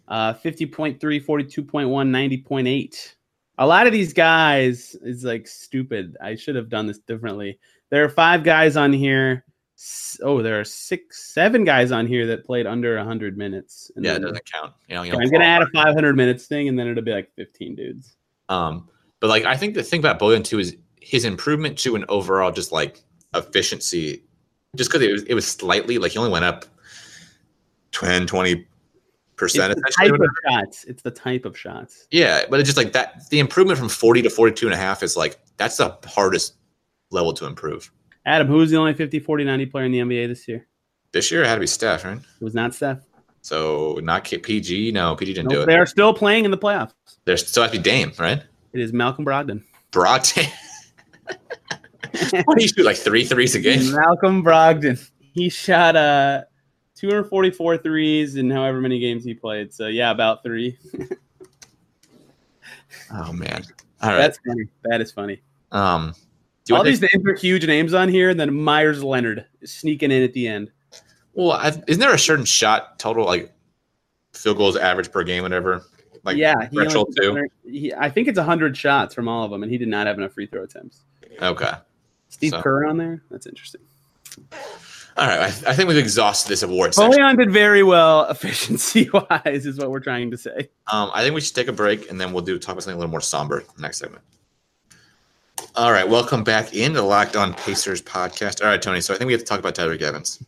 Speaker 3: Uh, 50.3, 42.1, 90.8. A lot of these guys is like stupid. I should have done this differently. There are five guys on here. S- Oh, there are six, seven guys on here that played under 100 minutes. And
Speaker 2: Yeah, it
Speaker 3: then-
Speaker 2: doesn't count. You know, you
Speaker 3: I'm
Speaker 2: don't
Speaker 3: going to
Speaker 2: qualify.
Speaker 3: add a 500 minutes thing, and then it'll be like 15 dudes.
Speaker 2: Um, but like I think the thing about Bojan too is his improvement to an overall just like efficiency, just because it was it was slightly like he only went up 10, 20
Speaker 3: It's
Speaker 2: percent.
Speaker 3: the type of shots. It's the type of shots.
Speaker 2: Yeah, but it's just like that the improvement from 40 to 42 and a half is like that's the hardest level to improve.
Speaker 3: Adam, who was the only 50, 40, 90 player in the NBA this year?
Speaker 2: This year it had to be Steph, right?
Speaker 3: It was not Steph.
Speaker 2: So not K- PG. No, PG didn't
Speaker 3: Nope,
Speaker 2: do
Speaker 3: they
Speaker 2: it.
Speaker 3: are still playing in the playoffs.
Speaker 2: There's still has to be Dame, right?
Speaker 3: It is Malcolm Brogdon.
Speaker 2: Broad. (laughs) what do you shoot like three threes a game?
Speaker 3: Malcolm Brogdon. He shot uh 244 threes in however many games he played. So yeah, about three.
Speaker 2: Oh man. All right.
Speaker 3: That's funny. That is funny.
Speaker 2: Um, do you
Speaker 3: All
Speaker 2: want to-
Speaker 3: these names are huge names on here, and then Myers Leonard sneaking in at the end.
Speaker 2: Well, i isn't there a certain shot total like field goals average per game, whatever? Like
Speaker 3: yeah, he only
Speaker 2: threshold
Speaker 3: took
Speaker 2: too.
Speaker 3: 100 He, I think it's 100 shots from all of them, and he did not have enough free throw attempts.
Speaker 2: Okay.
Speaker 3: Steve
Speaker 2: So-
Speaker 3: Kerr on there. That's interesting.
Speaker 2: All right. I, I think we've exhausted this
Speaker 3: Oh,
Speaker 2: award section.
Speaker 3: Bojan did very well (laughs) efficiency wise, is what we're trying to say.
Speaker 2: Um, I think we should take a break and then we'll do talk about something a little more somber next segment. All right, welcome back into Locked On Pacers podcast. All right, Tony. So I think we have to talk about Tyler Givens.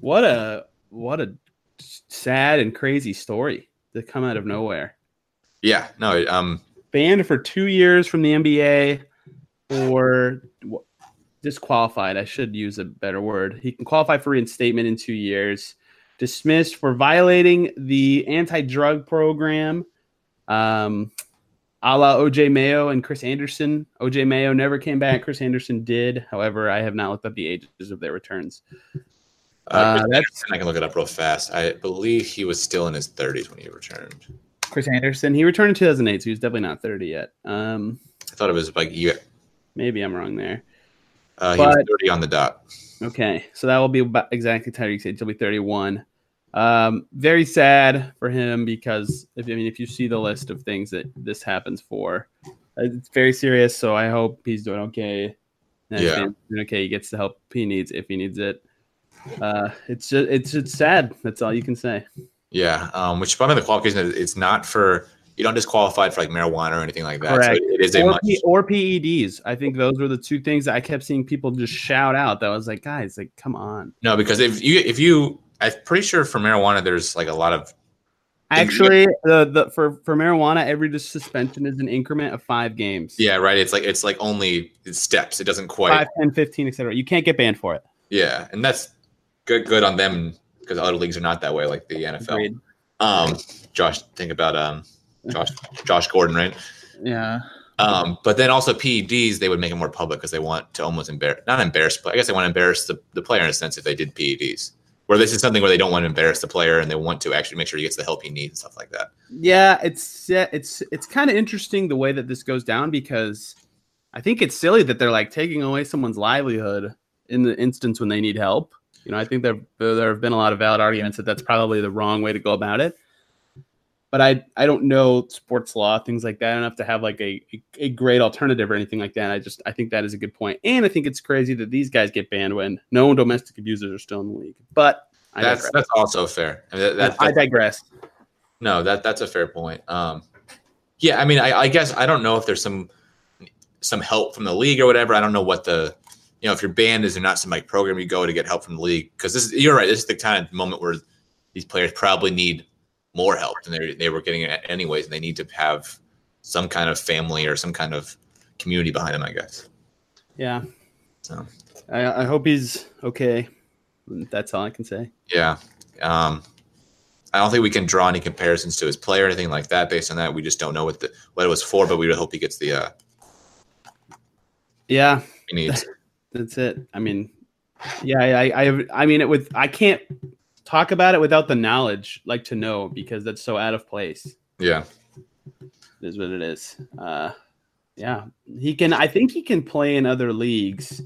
Speaker 3: What a what a sad and crazy story to come out of nowhere.
Speaker 2: Yeah, no, um,
Speaker 3: Banned for two years from the NBA, or w- disqualified. I should use a better word. He can qualify for reinstatement in two years. Dismissed for violating the anti-drug program. Um, a la OJ Mayo and Chris Anderson. OJ Mayo never came back. Chris Anderson did. However, I have not looked up the ages of their returns.
Speaker 2: uh,
Speaker 3: Uh,
Speaker 2: that's I can look it up real fast. I believe he was still in his 30s when he returned.
Speaker 3: Chris Anderson, he returned in 2008, so he was definitely not 30 yet. Um,
Speaker 2: I thought it was like you.
Speaker 3: maybe I'm wrong there.
Speaker 2: Uh, he was
Speaker 3: But-
Speaker 2: 30 on the dot.
Speaker 3: Okay, so that will be about exactly Tyreek's age. He'll be 31. Um, very sad for him because if I mean if you see the list of things that this happens for, uh, it's very serious. So I hope he's doing okay. And if
Speaker 2: Yeah.
Speaker 3: he's doing okay. He gets the help he needs if he needs it. Uh, it's just it's just sad. That's all you can say.
Speaker 2: Yeah, um, which probably the qualification is it's not for you don't disqualify for like marijuana or anything like that.
Speaker 3: Correct.
Speaker 2: So it is a
Speaker 3: or,
Speaker 2: much
Speaker 3: P- or PEDs. I think those were the two things that I kept seeing people just shout out. That was like, guys, like come on.
Speaker 2: no because if you if you I'm pretty sure for marijuana there's like a lot of
Speaker 3: Actually, the, the for for marijuana, every dis- suspension is an increment of five games.
Speaker 2: yeah right it's like it's like only it's steps it doesn't quite
Speaker 3: Five, 10, 15, etc. You can't get banned for it.
Speaker 2: yeah and that's good good on them because other leagues are not that way like the NFL.
Speaker 3: Agreed.
Speaker 2: Um, Josh, think about um Josh Josh Gordon right.
Speaker 3: Yeah.
Speaker 2: Um, but then also PEDs, they would make it more public because they want to almost embarrass, not embarrass, but I guess they want to embarrass the, the player in a sense if they did PEDs. Where this is something where they don't want to embarrass the player and they want to actually make sure he gets the help he needs and stuff like that.
Speaker 3: Yeah, it's uh, it's it's kind of interesting the way that this goes down because I think it's silly that they're like taking away someone's livelihood in the instance when they need help. You know, I think there there have been a lot of valid arguments that that's probably the wrong way to go about it. But I I don't know sports law things like that enough to have like a a great alternative or anything like that. I just I think that is a good point, and I think it's crazy that these guys get banned when known domestic abusers are still in the league. But I
Speaker 2: that's
Speaker 3: digress.
Speaker 2: that's also fair. I mean, that- that-
Speaker 3: I
Speaker 2: that's-
Speaker 3: digress.
Speaker 2: no, that that's a fair point. Um, yeah, I mean, I, I guess I don't know if there's some some help from the league or whatever. I don't know what the you know if your band is or not some like program you go to get help from the league because this is you're right. This is the kind of moment where these players probably need more help than they they were getting it anyways, and they need to have some kind of family or some kind of community behind them. I guess.
Speaker 3: Yeah.
Speaker 2: So
Speaker 3: I, I hope he's okay. That's all I can say.
Speaker 2: yeah, um, I don't think we can draw any comparisons to his play or anything like that based on that. We just don't know what the what it was for, but we would hope he gets the. Uh,
Speaker 3: Yeah,
Speaker 2: he needs.
Speaker 3: that's it. I mean, yeah, I, I, I mean, it with I can't talk about it without the knowledge, like to know, because that's so out of place.
Speaker 2: Yeah.
Speaker 3: Is what it is. Uh, yeah, he can. I think he can play in other leagues.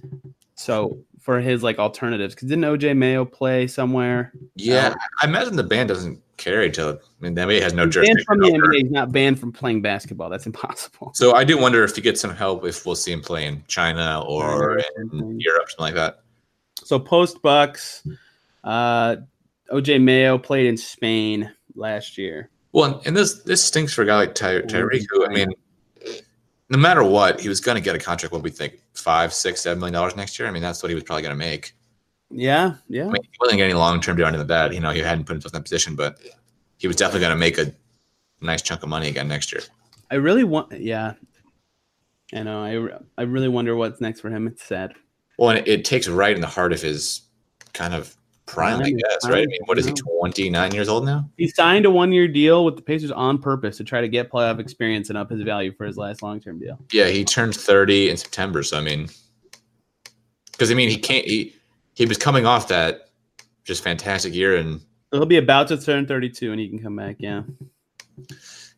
Speaker 3: So for his like alternatives, because didn't OJ Mayo play somewhere?
Speaker 2: Yeah. Um, I imagine the band doesn't carry to, I mean, the NBA has no
Speaker 3: He's banned
Speaker 2: jurisdiction.
Speaker 3: from the
Speaker 2: over-
Speaker 3: NBA. He's not banned from playing basketball. That's impossible.
Speaker 2: So I do wonder if he gets some help, if we'll see him play in China Mm-hmm. or in Europe, something like that.
Speaker 3: So post Bucks, uh, OJ Mayo played in Spain last year.
Speaker 2: Well, and this this stinks for a guy like Ty- Tyreek, who, I mean, no matter what, he was going to get a contract, what we think, five, six, seven million dollars next year. I mean, that's what he was probably going to make.
Speaker 3: Yeah, yeah,
Speaker 2: I mean, he wasn't getting any long term deal under that. You know, he hadn't put himself in that position, but he was definitely going to make a nice chunk of money again next year.
Speaker 3: I really want. Yeah, I know. I re- I really wonder what's next for him. It's sad.
Speaker 2: Well, and it, it takes right in the heart of his kind of prime, I
Speaker 3: Prime,
Speaker 2: guess, right? I
Speaker 3: prime,
Speaker 2: mean, what is he,
Speaker 3: yeah.
Speaker 2: 29 years old now?
Speaker 3: He signed a one year deal with the Pacers on purpose to try to get playoff experience and up his value for his last long term deal.
Speaker 2: Yeah, he turned 30 in September. So, I mean, because I mean, he can't, he, he was coming off that just fantastic year. And
Speaker 3: So he'll be about to turn thirty two, and he can come back. Yeah,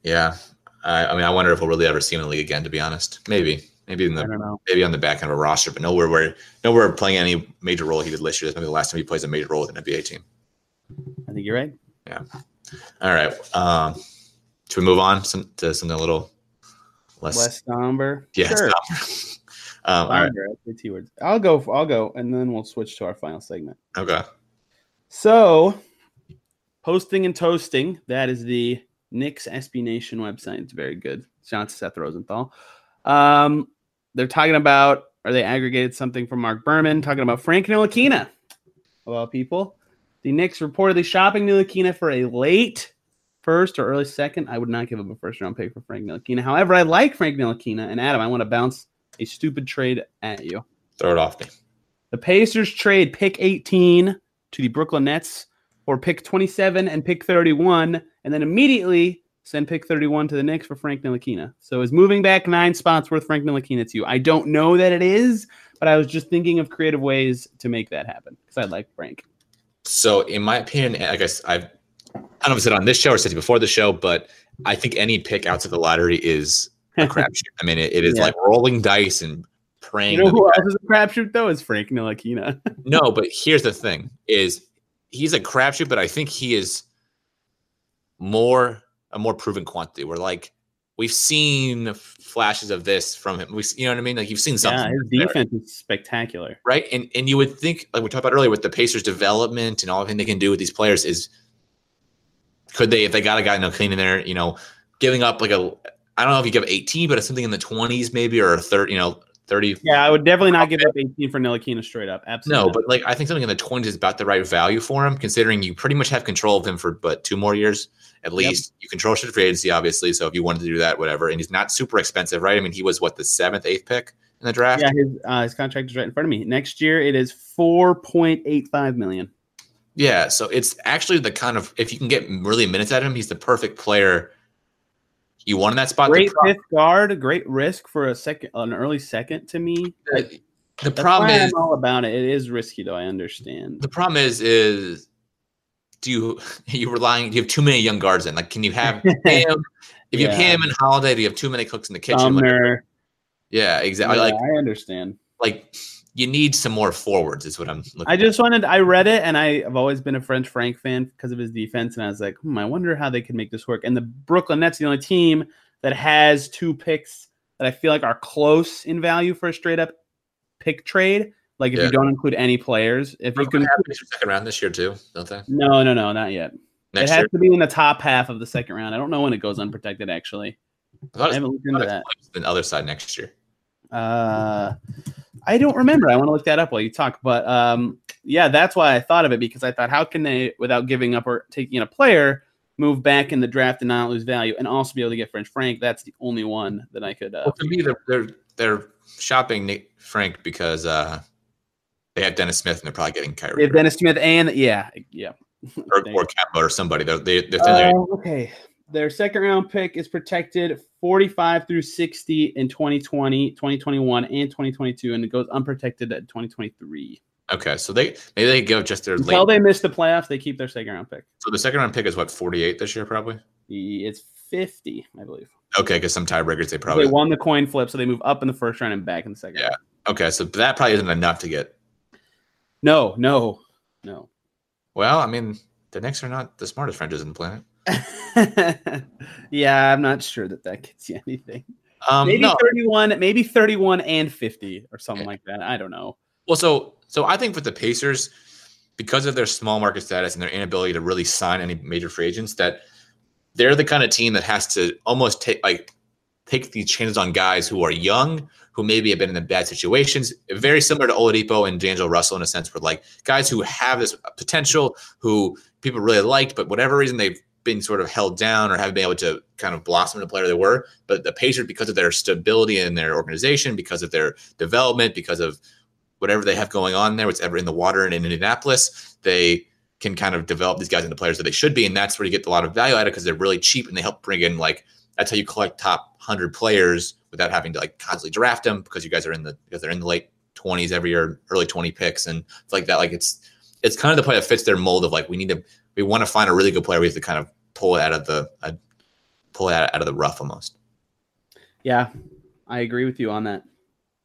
Speaker 2: yeah, I, I mean, I wonder if we'll really ever see him in the league again, to be honest. Maybe, maybe in
Speaker 3: I
Speaker 2: the,
Speaker 3: don't know.
Speaker 2: maybe on the back end of a roster, but nowhere where, nowhere playing any major role he did last year. That's maybe the last time he plays a major role with an NBA team.
Speaker 3: I think you're right.
Speaker 2: All right. Um, should we move on some, to something a little less,
Speaker 3: West Somber.
Speaker 2: Yeah.
Speaker 3: Sure.
Speaker 2: stop. Um, all right.
Speaker 3: Somber, I say two words. I'll go. I'll go, and then we'll switch to our final segment.
Speaker 2: Okay.
Speaker 3: So, posting and toasting, that is the Knicks SB Nation website. It's very good. Shout out to Seth Rosenthal. Um, they're talking about, or they aggregated something from Mark Berman talking about Frank Nilakina, of all people. The Knicks reportedly shopping Nilakina for a late first or early second. I would not give up a first round pick for Frank Nilakina. However, I like Frank Nilakina. And Adam, I want to bounce a stupid trade at you.
Speaker 2: Throw it off me.
Speaker 3: The Pacers trade pick 18 to the Brooklyn Nets or pick 27 and pick 31, and then immediately send pick 31 to the Knicks for Frank Nilakina. So is moving back nine spots worth Frank Nilakina to you? I don't know that it is, but I was just thinking of creative ways to make that happen because I like Frank.
Speaker 2: So, in my opinion, I guess I've I don't know if I said on this show or said it before the show, but I think any pick outside the lottery is
Speaker 3: (laughs)
Speaker 2: a crapshoot. I mean, it, it is
Speaker 3: Yeah.
Speaker 2: like rolling dice and praying.
Speaker 3: You know
Speaker 2: to the
Speaker 3: who else is a crapshoot though? Is
Speaker 2: (laughs)
Speaker 3: Frank Nilakina.
Speaker 2: No, but here's the thing: is he's a crapshoot, but I think he is more a more proven quantity. We're like we've seen flashes of this from him. We, you know what I mean? Like you've seen something,
Speaker 3: yeah, his
Speaker 2: there,
Speaker 3: defense is spectacular.
Speaker 2: right? And and you would think, like we talked about earlier, with the Pacers' development and all everything they can do with these players is, could they if they got a guy no clean in there, you know, giving up like a I don't know if you give 18, but it's something in the 20s maybe or a third, you know, 30,
Speaker 3: Yeah, I would definitely not give up 18 for Nilakina straight up. Absolutely.
Speaker 2: No,
Speaker 3: not.
Speaker 2: but like I think something in the twenties is about the right value for him, considering you pretty much have control of him for but two more years at least. You control should free agency, obviously. So if you wanted to do that, whatever. And he's not super expensive, right? I mean, he was what the seventh, eighth pick in the draft.
Speaker 3: yeah, his uh, his contract is right in front of me. Next year it is 4.85 million.
Speaker 2: Yeah, so it's actually the kind of if you can get really minutes at him, he's the perfect player you want in that spot. The
Speaker 3: Great
Speaker 2: pro-
Speaker 3: fifth guard, great risk for a second, an early second to me. Like,
Speaker 2: the, the
Speaker 3: that's
Speaker 2: problem
Speaker 3: why
Speaker 2: is
Speaker 3: I'm all about it. It is risky though. I understand.
Speaker 2: the problem is is do you (laughs) are you relying do you have too many young guards in? Like can you
Speaker 3: (laughs)
Speaker 2: have him if you have
Speaker 3: Yeah.
Speaker 2: him and holiday, do you have too many cooks in the kitchen? Like,
Speaker 3: Sumner,
Speaker 2: Yeah,
Speaker 3: yeah,
Speaker 2: exactly. Like,
Speaker 3: I understand.
Speaker 2: like you need some more forwards is what I'm looking.
Speaker 3: I just wanted. I read it, and I have always been a French Frank fan because of his defense, and I was like, hmm, I wonder how they could make this work. And the Brooklyn Nets, the only team that has two picks that I feel like are close in value for a straight up pick trade. Like if
Speaker 2: Yeah.
Speaker 3: you don't include any players, if
Speaker 2: for. Brooklyn
Speaker 3: you
Speaker 2: have
Speaker 3: can.
Speaker 2: a second round this year too, don't they?
Speaker 3: No, no, no, not yet.
Speaker 2: Next
Speaker 3: it has
Speaker 2: year,
Speaker 3: to be in the top half of the second round. I don't know when it goes unprotected. Actually,
Speaker 2: I thought
Speaker 3: I
Speaker 2: it's-
Speaker 3: haven't looked
Speaker 2: I
Speaker 3: into
Speaker 2: thought
Speaker 3: that.
Speaker 2: it's the other side next year.
Speaker 3: Uh, I don't remember. I want to look that up while you talk. But um, yeah, that's why I thought of it because I thought, how can they, without giving up or taking in a player, move back in the draft and not lose value, and also be able to get French Frank? That's the only one that I could. Uh,
Speaker 2: Well, to me, they're they're, they're shopping Nick Frank because uh, they have Dennis Smith and they're probably getting
Speaker 3: they
Speaker 2: Kyrie
Speaker 3: have Dennis Smith and yeah, yeah.
Speaker 2: or, or Kemba or somebody. They're they, they're
Speaker 3: Uh,
Speaker 2: thinking,
Speaker 3: okay. Their second round pick is protected 45 through 60 in 2020, 2021, and 2022, and it goes unprotected at 2023.
Speaker 2: okay, so they maybe they give up just their late.
Speaker 3: Until Uh, they miss the playoffs, they keep their second round pick.
Speaker 2: so the second round pick is what forty eight this year probably.
Speaker 3: The- It's 50, I believe.
Speaker 2: Okay, because some tiebreakers they probably
Speaker 3: Probably. They won the coin flip, so they move up in the first round and back in the second.
Speaker 2: Yeah.
Speaker 3: round.
Speaker 2: okay. So that probably isn't enough to get.
Speaker 3: No, no, no. (laughs)
Speaker 2: Well, I mean, the Knicks are not the smartest franchise on the planet.
Speaker 3: yeah, I'm not sure that that gets you anything.
Speaker 2: Um,
Speaker 3: Maybe
Speaker 2: no,
Speaker 3: 31, maybe 31 and 50 or something
Speaker 2: Yeah.
Speaker 3: like that. I don't know.
Speaker 2: Well, so so I think with the Pacers, because of their small market status and their inability to really sign any major free agents, that they're the kind of team that has to almost take like take these chances on guys who are young, who maybe have been in the bad situations, very similar to Oladipo and D'Angelo Russell in a sense, where like guys who have this potential, who people really liked, but whatever reason they've been sort of held down or haven't been able to kind of blossom into the player they were. But the Pacers, because of their stability in their organization, because of their development, because of whatever they have going on there, what's ever in the water and in Indianapolis, they can kind of develop these guys into players that they should be. And that's where you get a lot of value out of because they're really cheap and they help bring in like that's how you collect top hundred players without having to like constantly draft them because you guys are in the because they're in the late twenties every year, early twenty picks and it's like that. Like it's it's kind of the play that fits their mold of like we need to we want to find a really good player. We have to kind of pull it out of the uh, pull it out, out of the rough almost.
Speaker 3: Yeah, I agree with you on that.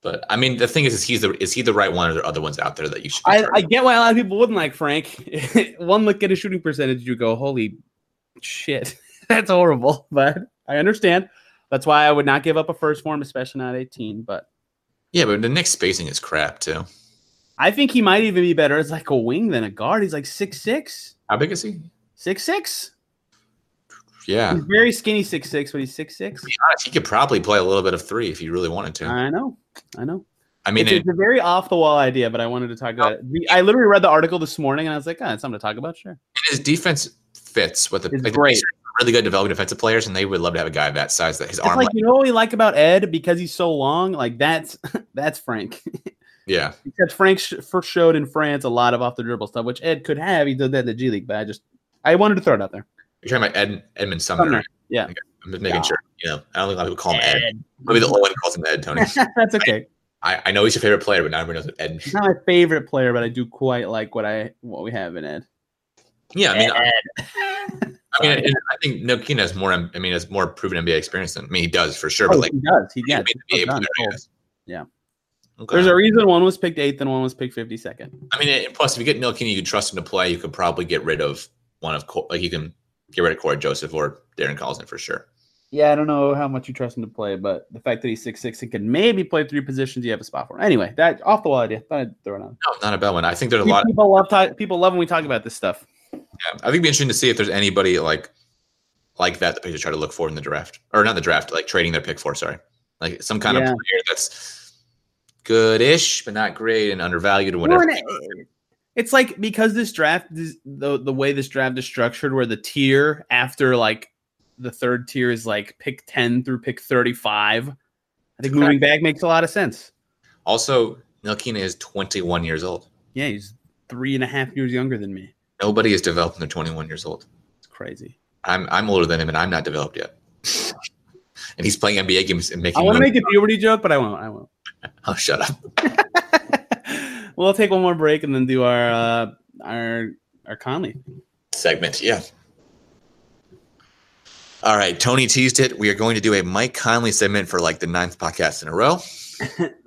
Speaker 2: But I mean, the thing is, is he's the is he the right one or are there other ones out there that you should? be
Speaker 3: I, I
Speaker 2: targeting?
Speaker 3: get why a lot of people wouldn't like Frank. (laughs) One look at his shooting percentage, you go, holy shit, (laughs) that's horrible. (laughs) But I understand. That's why I would not give up a first form, especially not 18. But
Speaker 2: Yeah, but the next spacing is crap too.
Speaker 3: I think he might even be better as like a wing than a guard. He's like six six,
Speaker 2: How big is he?
Speaker 3: six six.
Speaker 2: yeah.
Speaker 3: He's very skinny, six six, but he's six six.
Speaker 2: To be honest, he could probably play a little bit of three if he really wanted to.
Speaker 3: I know, I know.
Speaker 2: I mean,
Speaker 3: Uh, it's,
Speaker 2: it, Oh.
Speaker 3: it's a very off the wall idea, but I wanted to talk about it. The- I literally read the article this morning, and I was like, "Ah, it's something to talk about." Sure.
Speaker 2: his defense fits with the,
Speaker 3: It's
Speaker 2: like, the
Speaker 3: great.
Speaker 2: Pacers are really good developing defensive players, and they would love to have a guy of that size that his
Speaker 3: It's
Speaker 2: arm.
Speaker 3: like
Speaker 2: length-
Speaker 3: you know what we like about Ed because he's so long. Like that's (laughs) that's Frank.
Speaker 2: yeah,
Speaker 3: Except Frank sh- first showed in France a lot of off the dribble stuff, which Ed could have. He did that in the G League, but I just I wanted to throw it out there.
Speaker 2: you're talking about Ed, Edmund Sumner.
Speaker 3: Sumner,
Speaker 2: right?
Speaker 3: yeah.
Speaker 2: Okay, I'm just making
Speaker 3: Yeah.
Speaker 2: sure. You know, I don't think a lot of people
Speaker 3: Oh,
Speaker 2: call him
Speaker 3: (laughs)
Speaker 2: Ed. Maybe the only one who calls him Ed, Tony.
Speaker 3: that's okay.
Speaker 2: I, I know he's your favorite player, but not everyone knows what Ed.
Speaker 3: He's not my favorite player, but I do quite like what I what we have in Ed.
Speaker 2: Yeah, I mean, I, I
Speaker 3: (laughs)
Speaker 2: mean,
Speaker 3: Sorry.
Speaker 2: and I think No Keen has more. I mean, has more proven NBA experience than I mean, he does for sure.
Speaker 3: Oh,
Speaker 2: but like,
Speaker 3: he does. He
Speaker 2: yeah,
Speaker 3: gets.
Speaker 2: NBA player, I guess.
Speaker 3: Yeah.
Speaker 2: Okay.
Speaker 3: There's a reason one was picked eighth and one was picked fifty second.
Speaker 2: I mean, and plus, if you get Nilkini, you can trust him to play. You could probably get rid of one of Cor- like you can get rid of Corey Joseph or Darren Collison for sure.
Speaker 3: Yeah, I don't know how much you trust him to play, but the fact that he's six six and can maybe play three positions, you have a spot for. Him. Anyway, that off the wall idea. Thought I'd throw it out.
Speaker 2: No, not a bad one. I think there's a lot.
Speaker 3: People love talk, people love when we talk about this stuff.
Speaker 2: Yeah, I think it'd be interesting to see if there's anybody like like that the Pacers try to look for in the draft, or not the draft, like trading their pick for. Sorry, like some kind of
Speaker 3: Yeah.
Speaker 2: player that's good-ish but not great and undervalued or
Speaker 3: Well,
Speaker 2: whatever.
Speaker 3: and it- it's like because this draft is the the way this draft is structured, where the tier after like the third tier is like pick ten through pick thirty five. I think moving back makes a lot of sense.
Speaker 2: Also, Nilkina is 21 years old.
Speaker 3: Yeah, he's three and a half years younger than me.
Speaker 2: Nobody is developed when they're 21 years old.
Speaker 3: It's crazy.
Speaker 2: I'm I'm older than him and I'm not developed yet. (laughs) and he's playing NBA games and making.
Speaker 3: I want to
Speaker 2: moves.
Speaker 3: make a puberty joke, but I won't. I won't.
Speaker 2: Oh, shut up.
Speaker 3: (laughs) we'll take one more break and then do our uh, our our Conley.
Speaker 2: Segment, yeah. All right, Tony teased it. We are going to do a Mike Conley segment for like the ninth podcast in a row.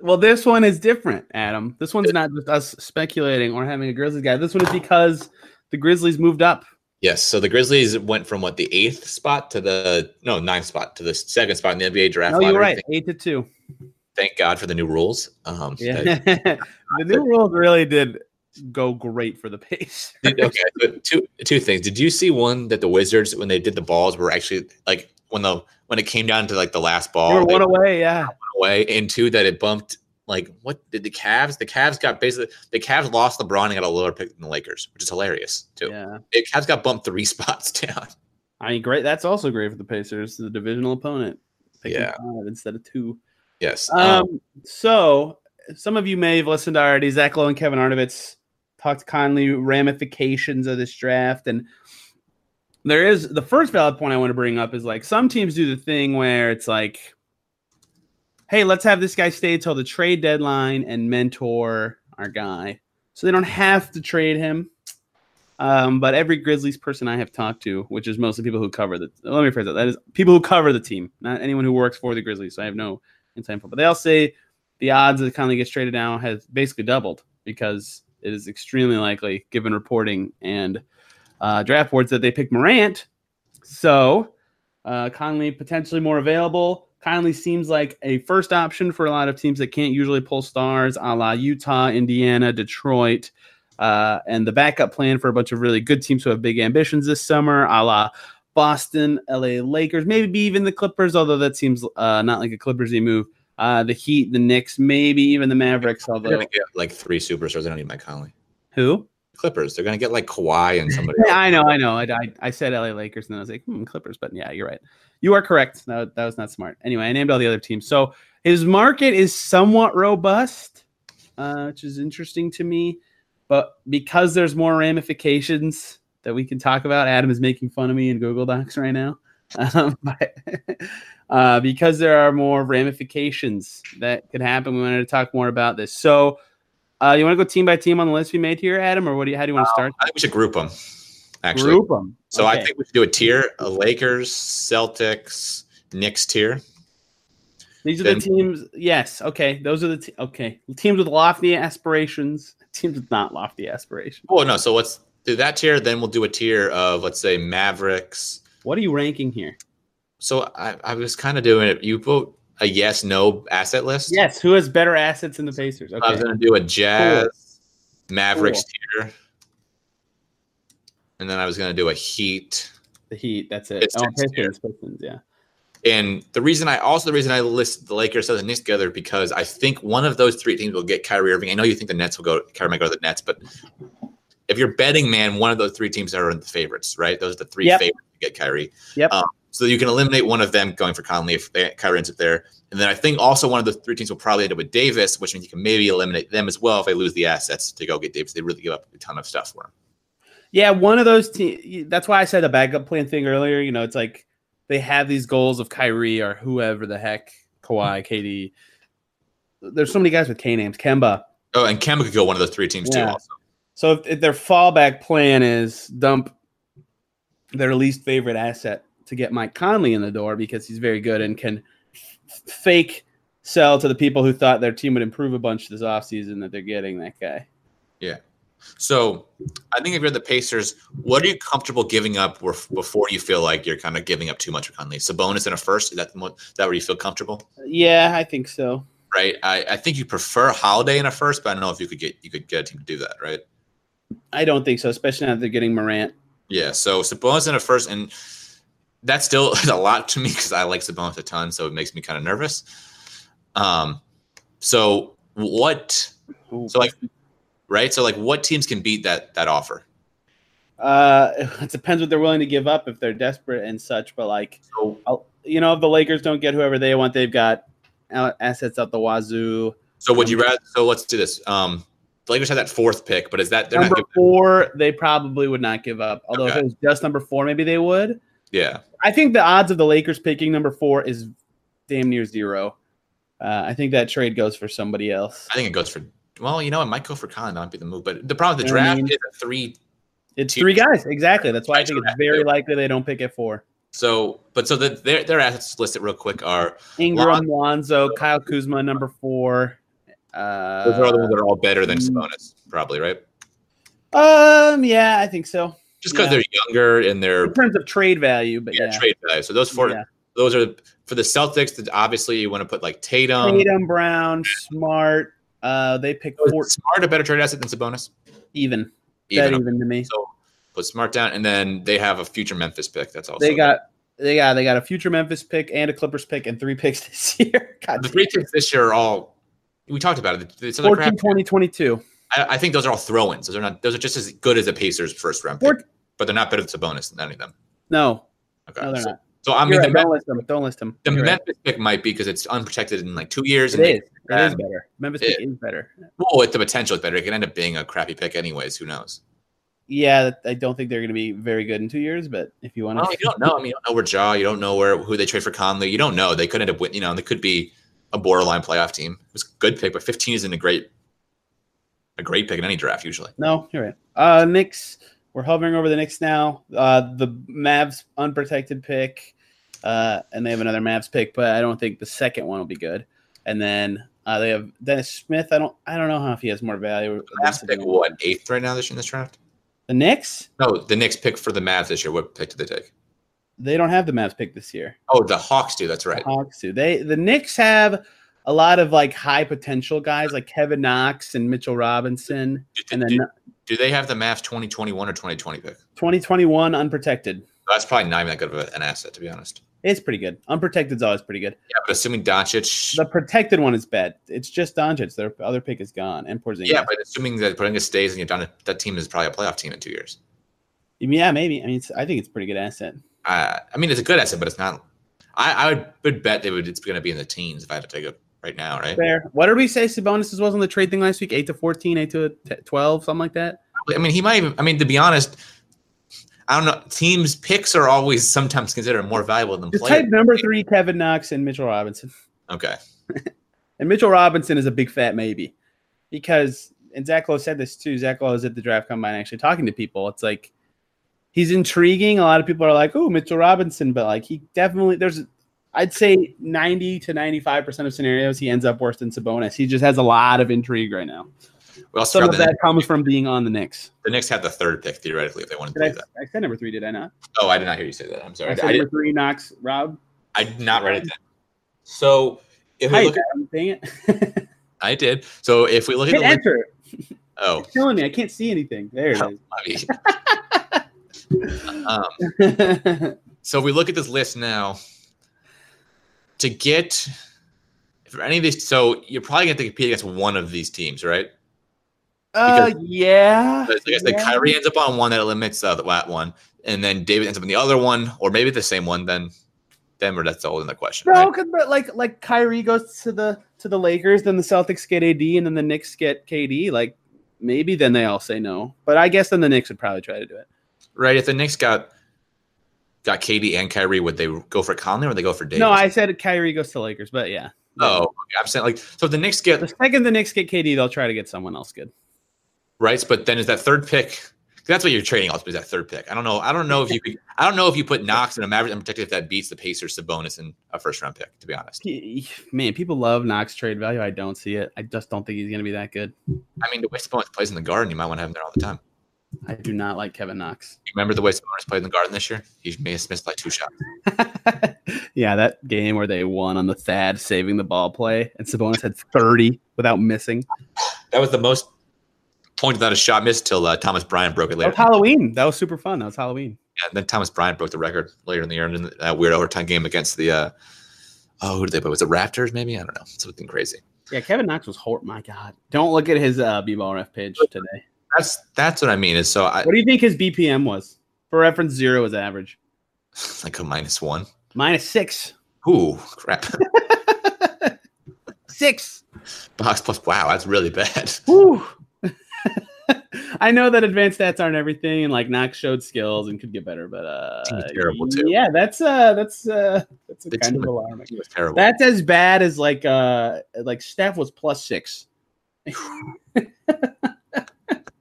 Speaker 3: Well, this one is different, Adam. This one's not just us speculating or having a Grizzlies guy. This one is because the Grizzlies moved up.
Speaker 2: Yes. So the Grizzlies went from what the eighth spot to the no ninth spot to the second spot in the NBA draft.
Speaker 3: No, you're
Speaker 2: lottery.
Speaker 3: right.
Speaker 2: Thank,
Speaker 3: Eight to two.
Speaker 2: thank God for the new rules. Um,
Speaker 3: Yeah.
Speaker 2: that-
Speaker 3: (laughs) the new rules really did go great for the pace. (laughs)
Speaker 2: Did- (laughs) okay, but two two things. Did you see one that the Wizards when they did the balls were actually like when the when it came down to like the last
Speaker 3: They
Speaker 2: ball
Speaker 3: were
Speaker 2: they
Speaker 3: one
Speaker 2: went
Speaker 3: away. Yeah.
Speaker 2: away, and two that it bumped like what did the Cavs? The Cavs got basically the Cavs lost LeBron and got a lower pick than the Lakers, which is hilarious too.
Speaker 3: Yeah.
Speaker 2: The Cavs got bumped three (laughs) spots down.
Speaker 3: I mean, great. That's also great for the Pacers, the divisional opponent. Picking
Speaker 2: Yeah.
Speaker 3: Five instead of two.
Speaker 2: Yes.
Speaker 3: Um, so some of you may have listened to already. Zach Lowe and Kevin Arnovitz talked kindly ramifications of this draft, and there is the first valid point I want to bring up is like some teams do the thing where it's like, hey, let's have this guy stay till the trade deadline and mentor our guy, so they don't have to trade him. Um, but every Grizzlies person I have talked to, which is mostly people who cover the, let me phrase that, that is people who cover the team, not anyone who works for the Grizzlies. So I have no it's info. But they all say the odds that Conley gets traded now has basically doubled because it is extremely likely, given reporting and uh, draft boards, that they pick Morant. So uh, Conley potentially more available. Conley seems like a first option for a lot of teams that can't usually pull stars, a la Utah, Indiana, Detroit. Uh, and the backup plan for a bunch of really good teams who have big ambitions this summer, a la Boston, LA Lakers, maybe even the Clippers, although that seems uh, not like a Clippersy move. Uh, the Heat, the Knicks, maybe even the Mavericks,
Speaker 2: they're gonna
Speaker 3: although
Speaker 2: get like three superstars. They don't need Mike Conley.
Speaker 3: who?
Speaker 2: Clippers. They're gonna get like Kawhi and somebody.
Speaker 3: Yeah,
Speaker 2: else.
Speaker 3: I know, I know. I, I, I said LA Lakers, and then I was like, hmm, Clippers. But yeah, you're right. You are correct. No, that was not smart. Anyway, I named all the other teams. So his market is somewhat robust, uh, which is interesting to me. But because there's more ramifications that we can talk about, Adam is making fun of me in Google Docs right now. (laughs) Um, but, (laughs) uh, because there are more ramifications that could happen, we wanted to talk more about this. So, uh, you want to go team by team on the list we made here, Adam, or what do you, how do you want to start?
Speaker 2: I think we should group them. Actually,
Speaker 3: Group 'em.
Speaker 2: So I
Speaker 3: Okay.
Speaker 2: think we should do a tier: a Lakers, Celtics, Knicks tier.
Speaker 3: these are
Speaker 2: then-
Speaker 3: the teams. Yes. Okay. Those are the te- okay teams with lofty aspirations. (laughs) Teams with not lofty aspirations.
Speaker 2: Well, no. So let's do that tier. Then we'll do a tier of let's say Mavericks.
Speaker 3: What are you ranking here?
Speaker 2: So I, I was kind of doing it. You vote a yes no asset list.
Speaker 3: Yes. Who has better assets than the Pacers?
Speaker 2: I was
Speaker 3: Okay.
Speaker 2: gonna do a Jazz Mavericks tier, and then I was gonna do a Heat
Speaker 3: the Heat. That's it.
Speaker 2: Pistons,
Speaker 3: oh, Pistons, Pistons, yeah.
Speaker 2: And the reason I also the reason I list the Lakers, Celtics, and Knicks together because I think one of those three teams will get Kyrie Irving. I know you think the Nets will go. Kyrie might go to the Nets, but if you're betting, man, one of those three teams are in the favorites, right? Those are the three
Speaker 3: Yep.
Speaker 2: favorites to get Kyrie.
Speaker 3: Yep.
Speaker 2: Um, so you can eliminate one of them going for Conley if they, Kyrie ends up there, and then I think also one of the three teams will probably end up with Davis, which means you can maybe eliminate them as well if they lose the assets to go get Davis. They really give up a ton of stuff for him.
Speaker 3: Yeah, one of those teams. That's why I said the backup plan thing earlier. You know, it's like they have these goals of Kyrie or whoever the heck,
Speaker 2: (laughs)
Speaker 3: Kawhi, KD. There's so many guys with K names, Kemba.
Speaker 2: Oh, and Kemba could go one of those three teams too.
Speaker 3: Yeah.
Speaker 2: Also,
Speaker 3: So if, if their fallback plan is dump their least favorite asset to get Mike Conley in the door because he's very good and can f- fake sell to the people who thought their team would improve a bunch this offseason that they're getting that guy.
Speaker 2: so I think if you're the Pacers, what are you comfortable giving up where- before you feel like you're kind of giving up too much for Conley? Sabonis in a first, is that the mo- is that where you feel comfortable?
Speaker 3: Yeah, I think so.
Speaker 2: right? I, I think you prefer Holiday in a first, but I don't know if you could get you could get a team to do that, right?
Speaker 3: I don't think so, especially now that they're getting Morant.
Speaker 2: Yeah. So Sabonis in a first, and that still (laughs) is a lot to me because I like Sabonis a ton, so it makes me kind of nervous. Um, so what?
Speaker 3: Ooh.
Speaker 2: So like, right? So like, what teams can beat that that offer?
Speaker 3: Uh, (laughs) it depends what they're willing to give up if they're desperate and such. But like,
Speaker 2: So
Speaker 3: I'll- you know, if the Lakers don't get whoever they want, they've got out- assets out the wazoo.
Speaker 2: so would you rather? So let's do this. Um, the Lakers had that fourth pick, but is that they're not?
Speaker 3: number
Speaker 2: Giving,
Speaker 3: four, they probably would not give up. Although if
Speaker 2: Okay.
Speaker 3: it was just number four, maybe they would.
Speaker 2: yeah.
Speaker 3: I think the odds of the Lakers picking number four is damn near zero. Uh, I think that trade goes for somebody else.
Speaker 2: I think it goes for. Well, you know, it might go for Khan. That might be the move, but the problem with the
Speaker 3: You know what I
Speaker 2: draft
Speaker 3: mean?
Speaker 2: is a three
Speaker 3: It's
Speaker 2: Two.
Speaker 3: three guys, exactly. That's why I think it's very
Speaker 2: Yeah.
Speaker 3: likely they don't pick at four.
Speaker 2: So, but so the, their their assets listed real quick are
Speaker 3: Ingram, Lonzo, Kyle Kuzma, number four. Uh,
Speaker 2: those are the ones that are all better than
Speaker 3: mm.
Speaker 2: Sabonis, probably right?
Speaker 3: Um, yeah, I think so.
Speaker 2: Just because
Speaker 3: Yeah.
Speaker 2: they're younger and they're
Speaker 3: In terms of trade value, but
Speaker 2: yeah,
Speaker 3: yeah,
Speaker 2: trade value. So those four,
Speaker 3: Yeah.
Speaker 2: those are for the Celtics. that Obviously, you want to put like Tatum.
Speaker 3: Tatum, Brown, Smart. Uh, they picked
Speaker 2: Was
Speaker 3: four
Speaker 2: Smart a better trade asset than Sabonis?
Speaker 3: even.
Speaker 2: Even
Speaker 3: that even to me.
Speaker 2: so, put Smart down, and then they have a future Memphis pick. That's also
Speaker 3: they got they got they got a future Memphis pick and a Clippers pick and three (laughs) picks this year. God,
Speaker 2: the three picks this year are all. We talked about it. This other
Speaker 3: 14,
Speaker 2: crap,
Speaker 3: 20, 22.
Speaker 2: I, I think those are all throw-ins. Those are not. Those are just as good as the Pacers' first round pick,
Speaker 3: Four-
Speaker 2: but they're not better than Sabonis. None of them.
Speaker 3: No,
Speaker 2: Okay.
Speaker 3: no, they're
Speaker 2: so,
Speaker 3: not.
Speaker 2: so I
Speaker 3: I
Speaker 2: mean, the
Speaker 3: mean,
Speaker 2: Mem-
Speaker 3: don't list them. Don't list them.
Speaker 2: The
Speaker 3: You're right.
Speaker 2: Memphis pick might be because it's unprotected in like two years.
Speaker 3: It
Speaker 2: and they-
Speaker 3: is. It is
Speaker 2: Um,
Speaker 3: better. Memphis
Speaker 2: it-
Speaker 3: pick is better.
Speaker 2: Well, with the potential, it's better. It could end up being a crappy pick, anyways. Who knows?
Speaker 3: Yeah, that- I don't think they're going to be very good in two years. But if you want
Speaker 2: Well,
Speaker 3: to,
Speaker 2: you don't know. I mean, you don't know where Jaw. You don't know where who they trade for Conley. You don't know. They could end up, win- you know, they could be a borderline playoff team. It was a good pick, but 15 isn't a great, a great pick in any draft usually.
Speaker 3: no, you're right. Uh, Knicks. We're hovering over the Knicks now. Uh, the Mavs unprotected pick, uh, and they have another Mavs pick, but I don't think the second one will be good. And then uh, they have Dennis Smith. I don't. I don't know how if he has more value.
Speaker 2: Mavs pick what eighth right now this year in this draft?
Speaker 3: The Knicks,
Speaker 2: No, the Knicks pick for the Mavs this year. What pick did they take?
Speaker 3: they don't have the Mavs pick this year.
Speaker 2: Oh, the Hawks do. That's right.
Speaker 3: The Hawks do. They the Knicks have a lot of like high potential guys like Kevin Knox and Mitchell Robinson,
Speaker 2: Do,
Speaker 3: and then
Speaker 2: do, do they have the Mavs 2021 or 2020 pick?
Speaker 3: 2021 unprotected.
Speaker 2: That's probably not even that good of a- an asset, to be honest.
Speaker 3: It's pretty good. Unprotected's always pretty good.
Speaker 2: Yeah, but assuming Doncic,
Speaker 3: The protected one is bad. It's just Doncic. Their other pick is gone, and Porzingis.
Speaker 2: yeah, but assuming that Porzingis stays and you're done, that team is probably a playoff team in two years.
Speaker 3: yeah, maybe. I mean, it's, I think it's a pretty good asset.
Speaker 2: Uh, I mean, it's a good asset, but it's not. I, I would, would bet they would. It's going to be in the teens if I had to take it right now, right?
Speaker 3: Fair. What did we say Sabonis was on the trade thing last week? Eight to 14, eight to 12, something like that.
Speaker 2: I mean, he might. Even, I mean, to be honest, I don't know. Teams picks are always sometimes considered more valuable than
Speaker 3: Just
Speaker 2: players.
Speaker 3: type number three, Kevin Knox and Mitchell Robinson.
Speaker 2: Okay,
Speaker 3: And Mitchell Robinson is a big fat maybe because, and Zach Lowe said this too. Zach Lowe is at the draft combine actually talking to people. It's like he's intriguing. A lot of people are like, oh, Mitchell Robinson, but like he definitely, there's, I'd say 90 to 95% of scenarios, he ends up worse than Sabonis. He just has a lot of intrigue right now.
Speaker 2: we also
Speaker 3: Some
Speaker 2: forgot
Speaker 3: of
Speaker 2: the,
Speaker 3: that comes from being on the Knicks.
Speaker 2: the Knicks had the third pick theoretically if they wanted to
Speaker 3: Did I,
Speaker 2: do that.
Speaker 3: I said number three, did I not?
Speaker 2: Oh, I did not hear you say that. I'm sorry.
Speaker 3: I
Speaker 2: I,
Speaker 3: said
Speaker 2: did,
Speaker 3: number three, Knox, Rob.
Speaker 2: I did not write it down. So if we
Speaker 3: Hi,
Speaker 2: look, at,
Speaker 3: Adam, dang it. Hit
Speaker 2: I did. So if we look at the link,
Speaker 3: enter.
Speaker 2: oh,
Speaker 3: It's killing me. I can't see anything. There it is.
Speaker 2: Bobby. Um, so if we look at this list now, to get for any of these, so you're probably going to have to compete against one of these teams, right?
Speaker 3: uh, yeah.
Speaker 2: But like I said,
Speaker 3: yeah.
Speaker 2: Kyrie ends up on one that limits uh, that one, and then David ends up on the other one, or maybe the same one. Then Denver, that's all in the question.
Speaker 3: No,
Speaker 2: right?
Speaker 3: because like like Kyrie goes to the to the Lakers, then the Celtics get AD, and then the Knicks get KD. Like maybe then they all say no, but I guess then the Knicks would probably try to do it.
Speaker 2: right? If the Knicks got got Katie and Kyrie, would they go for Conley or would they go for Davis?
Speaker 3: No, I said Kyrie goes to Lakers, but yeah.
Speaker 2: Oh, okay, I'm saying like so. If the Knicks
Speaker 3: The
Speaker 2: get
Speaker 3: second the Knicks get KD, they'll try to get someone else good.
Speaker 2: rights, but then is that third pick? 'cause That's what you're trading off is that third pick. I don't know. I don't know if you could. I don't know if you put Knox and a Maverick and protected if that beats the Pacers to bonus in a first round pick. To be honest,
Speaker 3: He- Man, people love Knox trade value. I don't see it. I just don't think he's going to be that good.
Speaker 2: I mean the way Sabonis plays in the Garden, you might want to have him there all the time.
Speaker 3: I do not like Kevin Knox.
Speaker 2: You remember the way Sabonis played in the Garden this year? He may have missed like two shots.
Speaker 3: (laughs) yeah, that game where they won on the Thad saving the ball play, and Sabonis had 30 without missing.
Speaker 2: That was the most points without a shot missed till uh, Thomas Bryant broke it
Speaker 3: That
Speaker 2: later.
Speaker 3: was Halloween. That was super fun. That was Halloween.
Speaker 2: Yeah, then Thomas Bryant broke the record later in the year in that weird overtime game against the uh oh who did they play? Was it Raptors maybe? I don't know. Something crazy.
Speaker 3: Yeah, Kevin Knox was hor My God, don't look at his uh, b-ball ref page today.
Speaker 2: That's that's what I mean. Is so I
Speaker 3: What do you think his BPM was? For reference, zero is average.
Speaker 2: like a minus one.
Speaker 3: Minus six,
Speaker 2: Ooh, crap. (laughs)
Speaker 3: six.
Speaker 2: Box plus wow, that's really bad. (laughs)
Speaker 3: Whew. (laughs) I know that advanced stats aren't everything, and like Knox showed skills and could get better, but uh,
Speaker 2: Team was terrible, too.
Speaker 3: Yeah, that's uh, that's uh, that's
Speaker 2: The
Speaker 3: kind
Speaker 2: team
Speaker 3: of
Speaker 2: was-
Speaker 3: alarming.
Speaker 2: It was terrible.
Speaker 3: That's as bad as like uh, like Steph was plus six.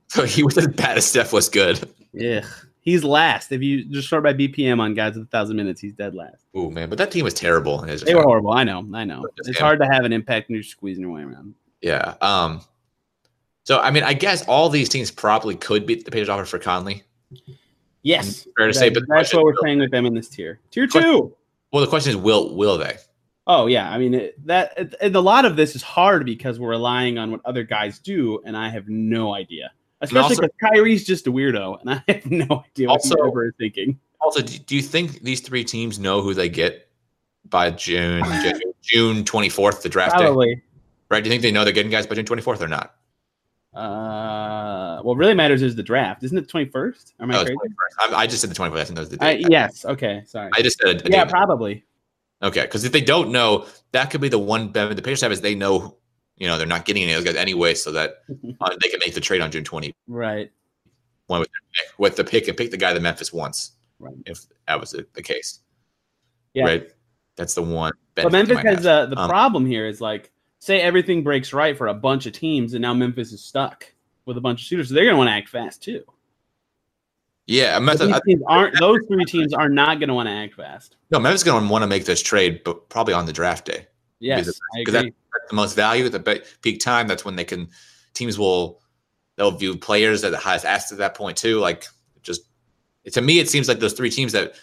Speaker 2: so he was (laughs) as bad as Steph was good.
Speaker 3: Yeah, he's last. If you just sort by BPM on guys with a thousand minutes, he's dead last.
Speaker 2: Ooh man, but that team was terrible. It was-
Speaker 3: They were horrible. I know. I know.
Speaker 2: Just
Speaker 3: It's
Speaker 2: him.
Speaker 3: hard to have an impact when you're squeezing your way around.
Speaker 2: yeah. Um so I mean I guess all these teams probably could beat the Pacers offer for Conley.
Speaker 3: Yes.
Speaker 2: Fair to say, but the
Speaker 3: that's
Speaker 2: question-
Speaker 3: what we're saying with them in this tier. Tier
Speaker 2: Question-
Speaker 3: two.
Speaker 2: Well the question is will will they?
Speaker 3: Oh yeah. I mean it, that it, and a lot of this is hard because we're relying on what other guys do, and I have no idea. Especially
Speaker 2: also-
Speaker 3: because Kyrie's just a weirdo, and I have no idea what
Speaker 2: Also-
Speaker 3: also, is thinking.
Speaker 2: Also, do, do you think these three teams know who they get by
Speaker 3: (laughs)
Speaker 2: June Ju- June twenty fourth, the draft day?
Speaker 3: Probably.
Speaker 2: Right? Do you think they know they're getting guys by June twenty fourth or not?
Speaker 3: Uh, what really matters is the draft. Isn't it twenty first? Am I
Speaker 2: No, Oh, it's
Speaker 3: crazy?
Speaker 2: 21st. I, I just said the twenty fourth. I think that was the
Speaker 3: I,
Speaker 2: date.
Speaker 3: yes. Okay. Sorry.
Speaker 2: I just said a, a
Speaker 3: yeah,
Speaker 2: date.
Speaker 3: probably.
Speaker 2: okay. Because if they don't know, that could be the one benefit the Pacers have is they know, you know, they're not getting any of those guys anyway, so
Speaker 3: (laughs)
Speaker 2: that uh, they can make the trade on June twenty
Speaker 3: Right.
Speaker 2: with the pick and pick the guy that Memphis wants.
Speaker 3: Right.
Speaker 2: If that was the, the case,
Speaker 3: Yeah.
Speaker 2: right? That's the one.
Speaker 3: But
Speaker 2: benefit they
Speaker 3: Memphis
Speaker 2: might
Speaker 3: has uh, the
Speaker 2: Um,
Speaker 3: problem here is like, say everything breaks right for a bunch of teams, and now Memphis is stuck with a bunch of shooters. So they're going to want to act fast too.
Speaker 2: yeah, Memphis,
Speaker 3: These
Speaker 2: I-
Speaker 3: teams aren't; those three teams are not going to want to act fast.
Speaker 2: no, Memphis is going to want to make this trade, but probably on the draft day.
Speaker 3: Yes,
Speaker 2: Because-
Speaker 3: I
Speaker 2: because that- (laughs)
Speaker 3: agree. (laughs)
Speaker 2: the most value at the be- peak time. That's when they can teams will they'll view players at the highest assets at that point too. Like just to me, it seems like those three teams that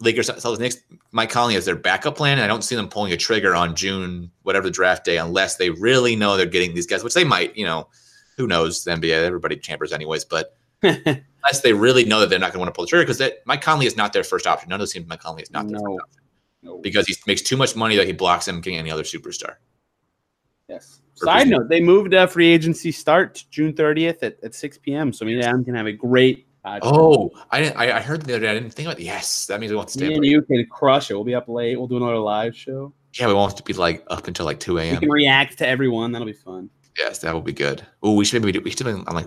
Speaker 2: Lakers, Celtics, Knicks, Mike Conley as their backup plan. And I don't see them pulling a trigger on June whatever the draft day unless they really know they're getting these guys, which they might. You know, who knows? The NBA, everybody chambers anyways, but. Unless they really know that they're not going to want to pull the trigger, because that Mike Conley is not their first option. None of those teams, Mike Conley is not their
Speaker 3: No.
Speaker 2: first option
Speaker 3: No.
Speaker 2: because he makes too much money that he blocks him getting any other superstar.
Speaker 3: Yes.
Speaker 2: for
Speaker 3: Side
Speaker 2: business.
Speaker 3: note: They moved uh, free agency start to June thirtieth at, at six p.m. So me and Adam can have a great. podcast.
Speaker 2: Oh, I didn't. I, I heard the other day. I didn't think about. Yes, that means we won't have to
Speaker 3: me
Speaker 2: stay. up
Speaker 3: and
Speaker 2: late.
Speaker 3: you can crush it. We'll be up late. We'll do another live show.
Speaker 2: Yeah, we won't have to be like up until like two
Speaker 3: We
Speaker 2: a.m.
Speaker 3: can react to everyone. That'll be fun.
Speaker 2: Yes, that will be good. Oh, we should maybe do. We should do it on like,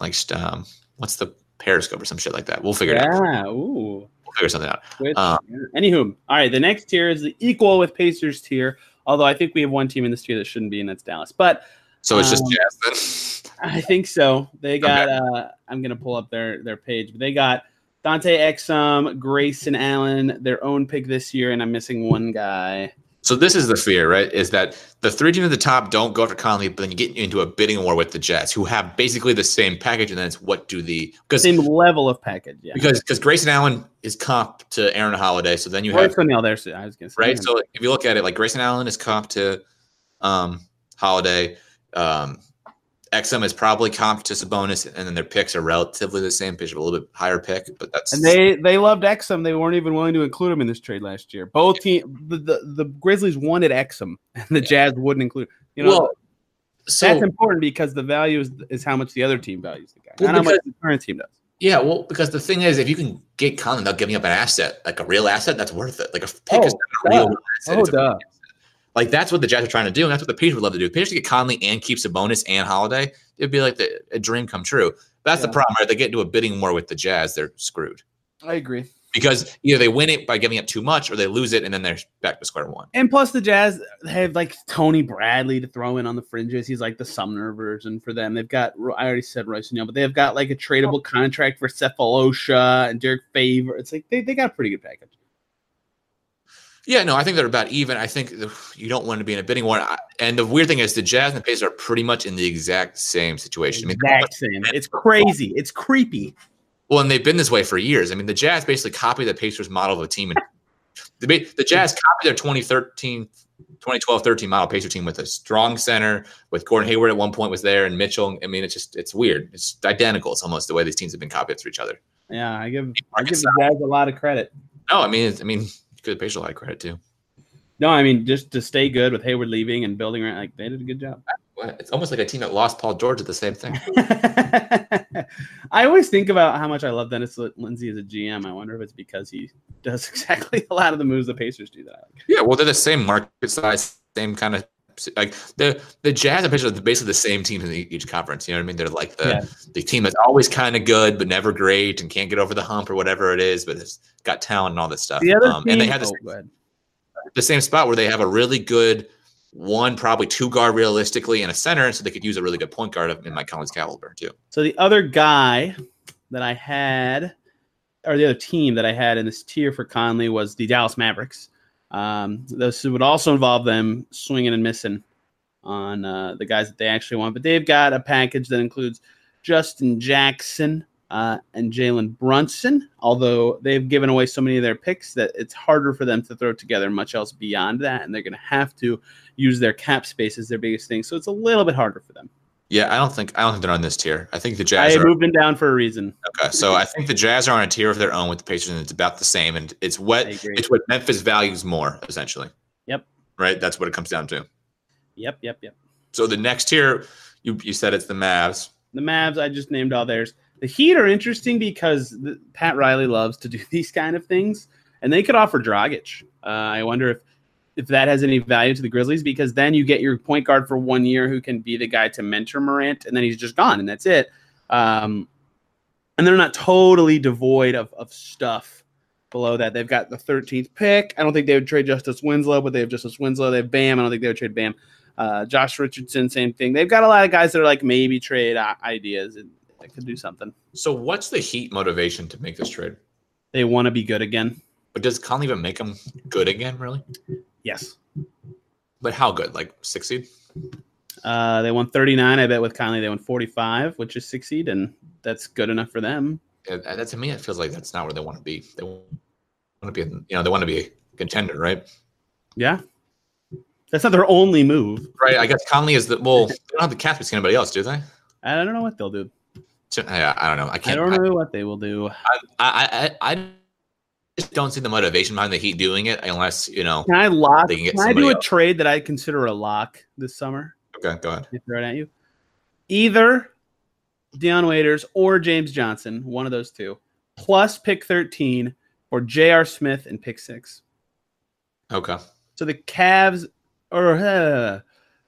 Speaker 2: like um, what's the Periscope or some shit like that. We'll figure it out.
Speaker 3: Yeah. Ooh.
Speaker 2: We'll figure something out.
Speaker 3: Which,
Speaker 2: Um,
Speaker 3: anywho, all right. The next tier is the equal with Pacers tier. Although I think we have one team in this tier that shouldn't be, and that's Dallas. But
Speaker 2: So it's just
Speaker 3: um,
Speaker 2: jazz then.
Speaker 3: I think so. They got. Uh, I'm gonna pull up their their page, but they got Dante Exum, Grayson Allen, their own pick this year, and I'm missing one guy.
Speaker 2: So this is the fear, right? Is that the three teams at the top don't go after Conley, but then you get into a bidding war with the Jets, who have basically the same package, and then it's what do the because
Speaker 3: Same level of package, yeah.
Speaker 2: because because Grayson Allen is comp to Aaron Holiday, so then you have
Speaker 3: Royce O'Neal there. So I was gonna say
Speaker 2: right? So if you look at it, like Grayson Allen is comp to um, Holiday, um, XM is probably comped to Sabonis, and then their picks are relatively the same. Pitch a little bit higher pick, but that's
Speaker 3: And they they loved Exum. They weren't even willing to include him in this trade last year. Both team the, the, the Grizzlies wanted Exum, (laughs) and the Jazz wouldn't include. You know,
Speaker 2: well. So
Speaker 3: that's important because the value is, is how much the other team values the guy,
Speaker 2: Well,
Speaker 3: not how much the current team does.
Speaker 2: yeah, well, because the thing is, if you can get Conley without giving up an asset, like a real asset, that's worth it. Like a pick is
Speaker 3: Oh,
Speaker 2: not a real asset.
Speaker 3: Oh,
Speaker 2: It's a-
Speaker 3: duh.
Speaker 2: like that's what the Jazz are trying to do, and that's what the Pacers would love to do. If Pacers could get Conley and keep Sabonis and Holiday, it'd be like the, a dream come true. But that's
Speaker 3: Yeah.
Speaker 2: the problem, right? They get into a bidding war with the Jazz, they're screwed
Speaker 3: I agree.
Speaker 2: because either they win it by giving up too much, or they lose it and then they're back to square one.
Speaker 3: And plus, the Jazz have like Tony Bradley to throw in on the fringes. He's like the Sumner version for them. They've got I already said Royce Neal, but they've got like a
Speaker 2: Oh.
Speaker 3: tradable contract for Cephalosha and Derek Favor. It's like they, they got a pretty good package.
Speaker 2: Yeah, no, I think they're about even. I think the, you don't want to be in a bidding war. I- And the weird thing is, the Jazz and the Pacers are pretty much in the exact same situation. I mean,
Speaker 3: Exact same. It's crazy. It's creepy.
Speaker 2: well, and they've been this way for years. I mean, the Jazz basically copied the Pacers model of a team, and (laughs) the, ba- the Jazz copied their 2013, 2012, 13 model Pacer team with a strong center, with Gordon Hayward at one point was there, and Mitchell. I mean, it's just it's weird. It's identical. It's almost the way these teams have been copied after each other.
Speaker 3: Yeah, I give I
Speaker 2: Marcus
Speaker 3: give the Jazz a lot of credit.
Speaker 2: No, I mean, it's, I mean, good Pacers a lot of credit too.
Speaker 3: No, I mean just to stay good with Hayward leaving and building around. Like they did a good job. (laughs)
Speaker 2: It's almost like a team that lost Paul George did the same thing. (laughs)
Speaker 3: I always think about how much I love Dennis Lindsey as a GM. I wonder if it's because he does (laughs) exactly a lot of the moves the Pacers do that I like.
Speaker 2: Yeah, well, they're the same market size, same kind of like the the Jazz and Pacers are basically the same teams in e- each conference. You know what I mean? They're like the
Speaker 3: Yeah.
Speaker 2: the team that's always kind of good but never great and can't get over the hump or whatever it is, but it's got talent and all this stuff.
Speaker 3: The other
Speaker 2: um, and they
Speaker 3: team-
Speaker 2: have the,
Speaker 3: oh,
Speaker 2: same-
Speaker 3: go ahead.
Speaker 2: the same spot where they have a really good one, probably two guard realistically, and a center, so they could use a really good point guard of- in Mike Collins caliber too.
Speaker 3: So the other guy that I had, or the other team that I had in this tier for Conley was the Dallas Mavericks. Um, this would also involve them swinging and missing on uh, the guys that they actually want, but they've got a package that includes Justin Jackson uh, and Jalen Brunson. Although they've given away so many of their picks that it's harder for them to throw together much else beyond that, and they're going to have to use their cap space as their biggest thing. So it's a little bit harder for them.
Speaker 2: Yeah, I don't think I don't think they're on this tier. I think the
Speaker 3: I
Speaker 2: Jazz
Speaker 3: had
Speaker 2: are
Speaker 3: moved them down for a reason.
Speaker 2: okay. So I think the Jazz are on a tier of their own with the Pacers, and it's about the same. And it's what
Speaker 3: I agree.
Speaker 2: It's what Memphis values more, essentially.
Speaker 3: Yep.
Speaker 2: Right. That's what it comes down to.
Speaker 3: Yep, yep, yep.
Speaker 2: So the next tier, you you said it's the Mavs.
Speaker 3: The Mavs, I just named all theirs. The Heat are interesting because the, Pat Riley loves to do (laughs) these kind of things, and they could offer Dragic. Uh, I wonder if if that has any value to the Grizzlies because then you get your point guard for one year who can be the guy to mentor Morant, and then he's just gone, and that's it. Um, and they're not totally devoid of of stuff below that. They've got the 13th pick. I don't think they would trade Justice Winslow, but they have Justice Winslow. They have Bam. I don't think they would trade Bam. Uh, Josh Richardson, same thing. They've got a lot of guys that are like maybe trade i- ideas and that could do something.
Speaker 2: So what's the Heat motivation to make this trade?
Speaker 3: They want to be good again.
Speaker 2: But does Conley even make them good again, really?
Speaker 3: Yes.
Speaker 2: But how good? Like six seed?
Speaker 3: Uh, they won 39. I bet with Conley they won 45, which is six seed, and that's good enough for them.
Speaker 2: Uh, That to me, it feels like that's not where they want to be. They want to be, in- you know, they want to be a contender, right?
Speaker 3: Yeah. That's not their only move.
Speaker 2: Right. I guess Conley is the well. They don't have the cap space to anybody else, do they?
Speaker 3: I don't know what they'll do.
Speaker 2: So- I, I don't know. I
Speaker 3: I
Speaker 2: can't.
Speaker 3: don't know what they will do.
Speaker 2: I, I, I, I just don't see the motivation behind the Heat doing it unless you know.
Speaker 3: Can I lock?
Speaker 2: They can get
Speaker 3: Can I do
Speaker 2: somebody
Speaker 3: a
Speaker 2: else.
Speaker 3: trade that I consider a lock this summer?
Speaker 2: Okay, go ahead.
Speaker 3: I throw it at you. Either Deion Waiters or James Johnson, one of those two, plus pick 13 or J.R. Smith and pick six.
Speaker 2: Okay.
Speaker 3: So the Cavs or uh,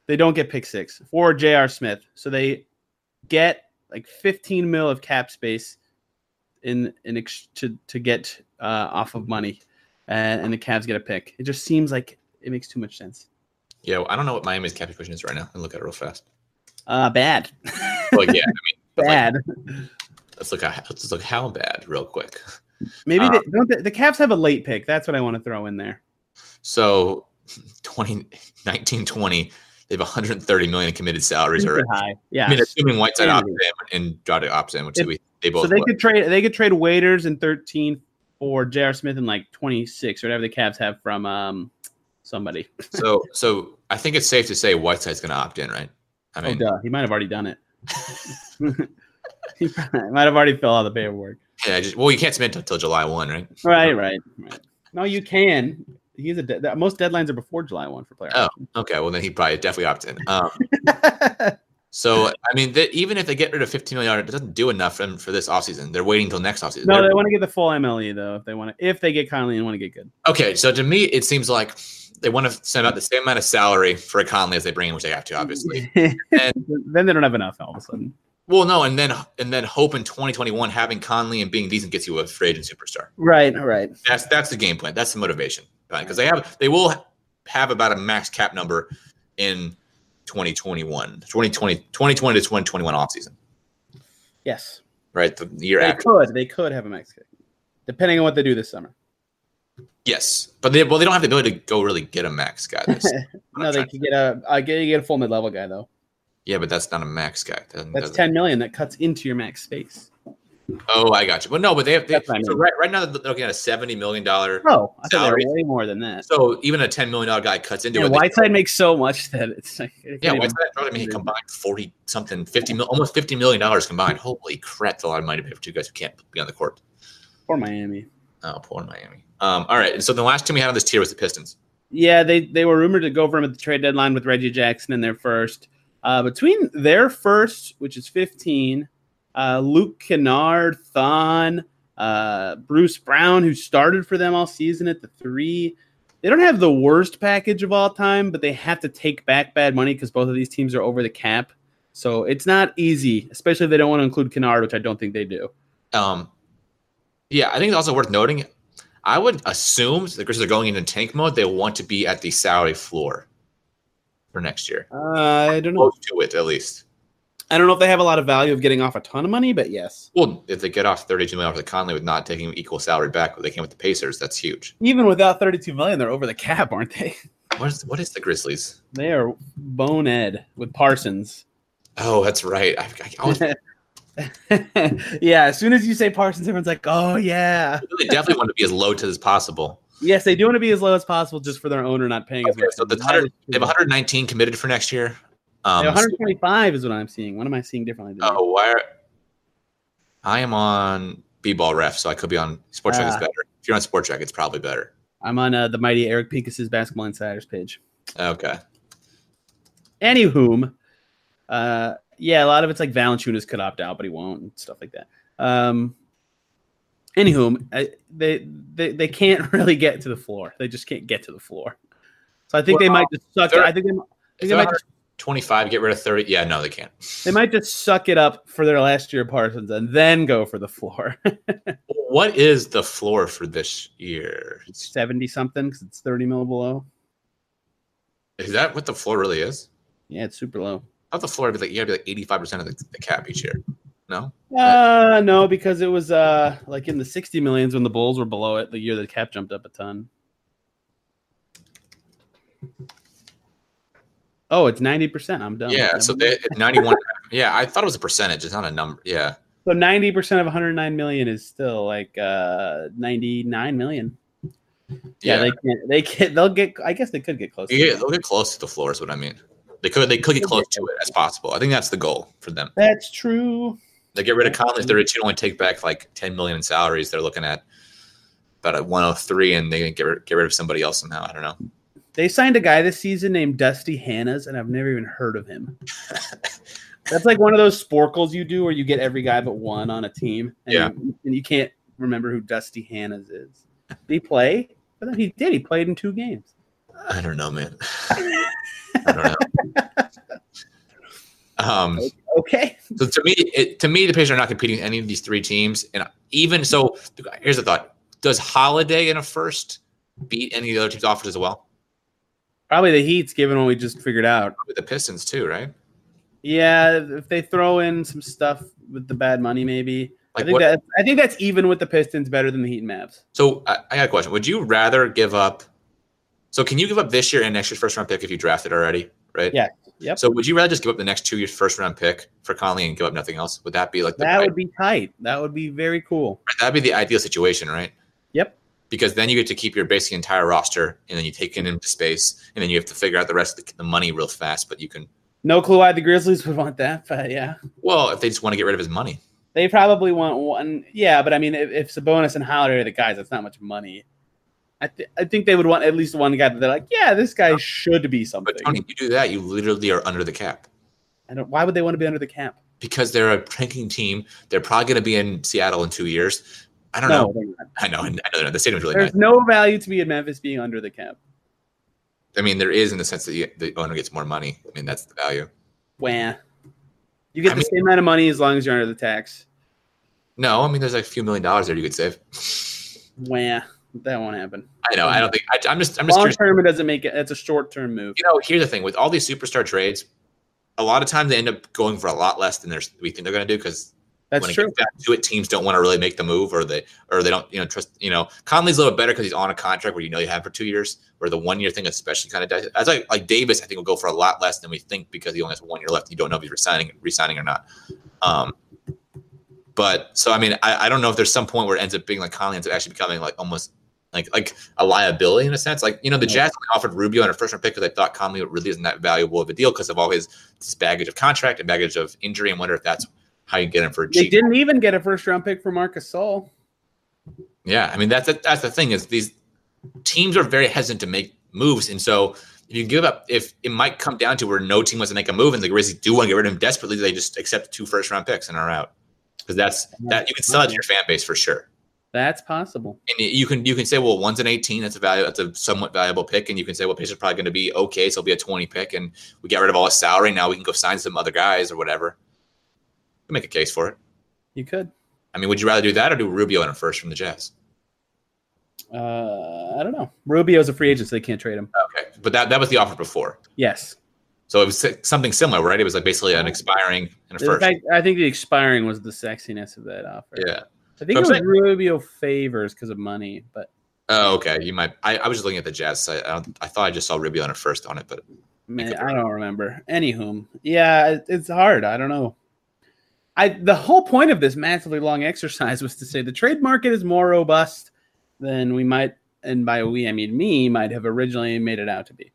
Speaker 3: they don't get pick six for J.R. Smith. So they get like 15 mil of cap space in in ex- to to get uh, off of money, uh, and, and the Cavs get a pick. It just seems like it makes too much sense.
Speaker 2: Yeah, well, I don't know what Miami's cap equation is right now. I look at it real fast.
Speaker 3: Uh, bad, (laughs)
Speaker 2: Like, yeah, I mean, it's like,
Speaker 3: bad.
Speaker 2: let's look at let's look how bad real quick.
Speaker 3: Maybe
Speaker 2: Um,
Speaker 3: they, don't the, the Cavs have a late pick. That's what I want to throw in there.
Speaker 2: So, (laughs) 20, 1920, they have 130 million in committed salaries
Speaker 3: Super
Speaker 2: already.
Speaker 3: high. Yeah.
Speaker 2: I mean, assuming Whiteside opts
Speaker 3: Insanity.
Speaker 2: in and Jota opts in, which
Speaker 3: If-
Speaker 2: we they both.
Speaker 3: so they
Speaker 2: would.
Speaker 3: could trade they could trade Waiters in 13 for J.R. Smith in like 26 or whatever the Cavs have from um somebody.
Speaker 2: so so I think it's safe to say Whiteside's going to opt in, right? I mean,
Speaker 3: oh duh. He might have already done it. (laughs) he probably- might have already filled out the paperwork.
Speaker 2: Yeah, just, well, you can't submit until July 1, right?
Speaker 3: Right, right, right. No, you can. He's a de- that- most deadlines are before July one for player.
Speaker 2: Oh. Okay, well, then he probably definitely opts in. Um,
Speaker 3: option.
Speaker 2: so, I mean, that even if they get rid of 15 million, it doesn't do enough for, them for this offseason. They're waiting until next offseason.
Speaker 3: (laughs) no,
Speaker 2: They're-
Speaker 3: they want to get the full MLE though. If they want to, if they get Conley and want to get good,
Speaker 2: okay, so to me, it seems like they want to send out the same amount of salary for Conley as they bring in, which they have to, obviously.
Speaker 3: (laughs) then they don't have enough all of a sudden.
Speaker 2: Well, no, and then and then hope in 2021 having Conley and being decent gets you a free agent superstar.
Speaker 3: Right, right.
Speaker 2: That's that's the game plan. That's the motivation because they have they will have about a max cap number in 2021, 2020, 2020 to 2021 offseason,
Speaker 3: Yes,
Speaker 2: right? The year
Speaker 3: they
Speaker 2: after.
Speaker 3: could. They could have a max kick, depending on what they do this summer.
Speaker 2: Yes, but they well they don't have the ability to go really get a max
Speaker 3: (laughs)
Speaker 2: guy. This,
Speaker 3: No, they could get a uh, get, get a full mid level guy though.
Speaker 2: yeah, but that's not a max guy. That doesn't-
Speaker 3: That's
Speaker 2: doesn't-
Speaker 3: ten million that cuts into your max space.
Speaker 2: Oh, I got you. But no, but they have they,
Speaker 3: That's what I
Speaker 2: so
Speaker 3: mean.
Speaker 2: right right now they're looking at a 70 million dollar.
Speaker 3: Oh, I thought
Speaker 2: Salary.
Speaker 3: they were way more than that.
Speaker 2: So even a 10 million dollar guy cuts into
Speaker 3: Yeah,
Speaker 2: it. They-
Speaker 3: Whiteside makes so much that it's like, it
Speaker 2: Yeah,
Speaker 3: can't
Speaker 2: why
Speaker 3: even-
Speaker 2: is that? I mean, he combined forty something, fifty mil, almost fifty million dollars combined. Holy crap! That's a lot of money to pay for two guys who can't be on the court.
Speaker 3: Poor Miami.
Speaker 2: Oh, poor Miami. Um, all right. And so the last team we had on this tier was the Pistons.
Speaker 3: Yeah, they they were rumored to go for him at the trade deadline with Reggie Jackson in their first. Uh, between their first, which is 15, uh, Luke Kennard, Thon, uh, Bruce Brown, who started for them all season at the three. They don't have the worst package of all time, but they have to take back bad money because both of these teams are over the cap. So it's not easy, especially if they don't want to include Kennard, which I don't think they do.
Speaker 2: Um, yeah, I think it's also worth noting. I would assume the Grizzlies are going into tank mode. They want to be at the salary floor for next year,
Speaker 3: Uh, I don't know.
Speaker 2: close to it at least.
Speaker 3: I don't know if they have a lot of value of getting off a ton of money, but yes.
Speaker 2: Well, if they get off thirty-two million dollars with Conley with not taking equal salary back, but they came with the Pacers, that's huge.
Speaker 3: even without 32 million, they're over the cap, aren't they?
Speaker 2: What is what is the Grizzlies?
Speaker 3: (laughs) They are bonehead with Parsons.
Speaker 2: Oh, that's right. I, I always
Speaker 3: (laughs) yeah, as soon as you say Parsons, everyone's like, oh, yeah.
Speaker 2: they definitely want to be as low to as possible.
Speaker 3: Yes, they do want to be as low as possible just for their owner not paying as
Speaker 2: Okay,
Speaker 3: much.
Speaker 2: so the
Speaker 3: That
Speaker 2: 100,
Speaker 3: is
Speaker 2: they have
Speaker 3: true.
Speaker 2: 119 committed for next year. Um,
Speaker 3: They have 125 is what I'm seeing. What am I seeing differently? than
Speaker 2: oh, where I am on B ball ref, so I could be on Sport Track. is
Speaker 3: Ah.
Speaker 2: better. If you're on Sport Track, it's probably better.
Speaker 3: you? I'm on uh, the mighty Eric Picas's Basketball Insiders page.
Speaker 2: Okay,
Speaker 3: Anywhom, uh, yeah, a lot of it's like Valanciunas could opt out, but he won't, and stuff like that. Um, anywhom, I, they, they they can't (laughs) really get to the floor. They just can't get to the floor. So I think they
Speaker 2: Well,
Speaker 3: might just suck. It.
Speaker 2: they're-
Speaker 3: I think they, mi- I
Speaker 2: if they're
Speaker 3: think they might, just,
Speaker 2: 125, get rid of 30. Yeah, no, they can't.
Speaker 3: they might just suck it up for their last year Parsons and then go for the floor, (laughs)
Speaker 2: What is the floor for this year? It's-
Speaker 3: seventy something because it's thirty mil below.
Speaker 2: Is that what the floor really is?
Speaker 3: Yeah, it's super low.
Speaker 2: I thought the floor would be like you got to be like 85 percent of the, the cap each year. No,
Speaker 3: Uh no, because it was uh like in the sixty millions when the Bulls were below it the year the cap jumped up a ton. Oh, it's ninety percent. I'm done.
Speaker 2: yeah. So they 91. yeah, I thought it was a percentage. It's not a number. Yeah.
Speaker 3: so ninety percent of one hundred nine million is still like uh ninety nine million. Yeah, they can't. They can't. They'll get. I guess they could get close. to
Speaker 2: Yeah,
Speaker 3: that.
Speaker 2: they'll get close to the floor. Is what I mean. They could they could get close to it as possible. I think that's the goal for them.
Speaker 3: that's true.
Speaker 2: They get rid of Conley thirty two, only take back like ten million in salaries. They're looking at about a one hundred three, and they get rid, get rid of somebody else somehow. I don't know.
Speaker 3: They signed a guy this season named Dusty Hannas, and I've never even heard of him. That's like one of those sporkles you do where you get every guy but one on a team, and,
Speaker 2: Yeah.
Speaker 3: you, and you can't remember who Dusty Hannas is. Did he play? I thought he did. He played in two games.
Speaker 2: I don't know, man. (laughs) I don't know. Um,
Speaker 3: Okay.
Speaker 2: so to me, it, to me, the Pacers are not competing with any of these three teams, and even so, here's the thought: Does Holiday in a first beat any of the other teams' offers as well?
Speaker 3: Probably the Heat's given what we just figured out.
Speaker 2: With the Pistons too, right?
Speaker 3: Yeah, if they throw in some stuff with the bad money, maybe. I
Speaker 2: Like
Speaker 3: think that I think that's even with the Pistons better than the Heat and Mavs.
Speaker 2: So I, I got a question. Would you rather give up? So can you give up this year and next year's first round pick if you drafted already, right?
Speaker 3: Yeah. Yep.
Speaker 2: So would you rather just give up the next two years first round pick for Conley and give up nothing else? Would that be like the
Speaker 3: That would be tight. That would be very cool.
Speaker 2: that'd be the ideal situation, right?
Speaker 3: Yep.
Speaker 2: Because then you get to keep your basic entire roster, and then you take it into space, and then you have to figure out the rest of the, the money real fast. But you can
Speaker 3: No clue why the Grizzlies would want that, but yeah,
Speaker 2: Well, if they just want to get rid of his money,
Speaker 3: they probably want one. Yeah, but I mean, if, if Sabonis and Holiday are the guys, that's not much money. I, th- I think they would want at least one guy that they're like, yeah, this guy should be something.
Speaker 2: but Tony, you do that, you literally are under the cap
Speaker 3: I don't, why would they want to be under the cap?
Speaker 2: because they're a tanking team. They're probably going to be in Seattle in two years. I don't know.
Speaker 3: No, they're not.
Speaker 2: I know. I know they're not. the stadium's really
Speaker 3: there's
Speaker 2: nice.
Speaker 3: no value to be in Memphis being under the cap.
Speaker 2: I mean, there is in the sense that you, the owner gets more money. I mean, that's the value.
Speaker 3: Wah. You get
Speaker 2: I
Speaker 3: the
Speaker 2: mean-
Speaker 3: same amount of money as long as you're under the tax.
Speaker 2: No, I mean, there's like a few million dollars there you could save. (laughs)
Speaker 3: Wah. That won't happen.
Speaker 2: I know. I don't think. I, I'm just. I'm just
Speaker 3: Long
Speaker 2: curious.
Speaker 3: term, it doesn't make it. It's a short term move.
Speaker 2: You know, here's the thing with all these superstar trades. A lot of times they end up going for a lot less than they're, we think they're going to do because
Speaker 3: That's
Speaker 2: when
Speaker 3: true.
Speaker 2: it gets down to it, teams don't want to really make the move, or they or they don't you know trust. You know, Conley's a little better because he's on a contract where you know you have for two years. Where the one year thing especially kind of does. As like like Davis, I think will go for a lot less than we think because he only has one year left. You don't know if he's resigning resigning or not. Um, but so I mean, I, I don't know if there's some point where it ends up being like Conley ends up actually becoming like almost. Like, like a liability in a sense. Like, you know, the
Speaker 3: Yeah.
Speaker 2: Jazz only offered Rubio and a first round pick because they thought Conley really isn't that valuable of a deal because of all his, his baggage of contract and baggage of injury. And wonder if that's how you get him for
Speaker 3: They
Speaker 2: cheap.
Speaker 3: didn't even get a first round pick for Marcus Sol.
Speaker 2: Yeah, I mean that's that, that's the thing is these teams are very hesitant to make moves, and so if you give up, if it might come down to where no team wants to make a move, and the Grizzlies do want to get rid of him desperately, they just accept two first round picks and are out because that's that you can sell it to your fan base for sure,
Speaker 3: That's possible.
Speaker 2: and you can you can say well one's an eighteen that's a value that's a somewhat valuable pick, and you can say well Pacers probably going to be okay, so it'll be a twenty pick, and we got rid of all his salary now we can go sign some other guys or whatever. You Make a case for it.
Speaker 3: You could.
Speaker 2: I mean, would you rather do that or do Rubio in a first from the Jazz?
Speaker 3: Uh, I don't know. Rubio's a free agent, so they can't trade him.
Speaker 2: Okay, but that that was the offer before.
Speaker 3: Yes.
Speaker 2: So it was si- something similar, right? It was like basically an expiring and a
Speaker 3: In
Speaker 2: first.
Speaker 3: fact, I think the expiring was the sexiness of that offer.
Speaker 2: Yeah.
Speaker 3: I think it
Speaker 2: I'm
Speaker 3: was
Speaker 2: saying-
Speaker 3: Rubio favors because of money, but
Speaker 2: Oh, okay. You might. I, I was just looking at the Jazz site. I, don't, I thought I just saw Rubio on a first on it, but
Speaker 3: man, I don't remember. Anywhom, yeah, it- it's hard. I don't know. I the whole point of this massively long exercise was to say the trade market is more robust than we might, and by we I mean me, might have originally made it out to be.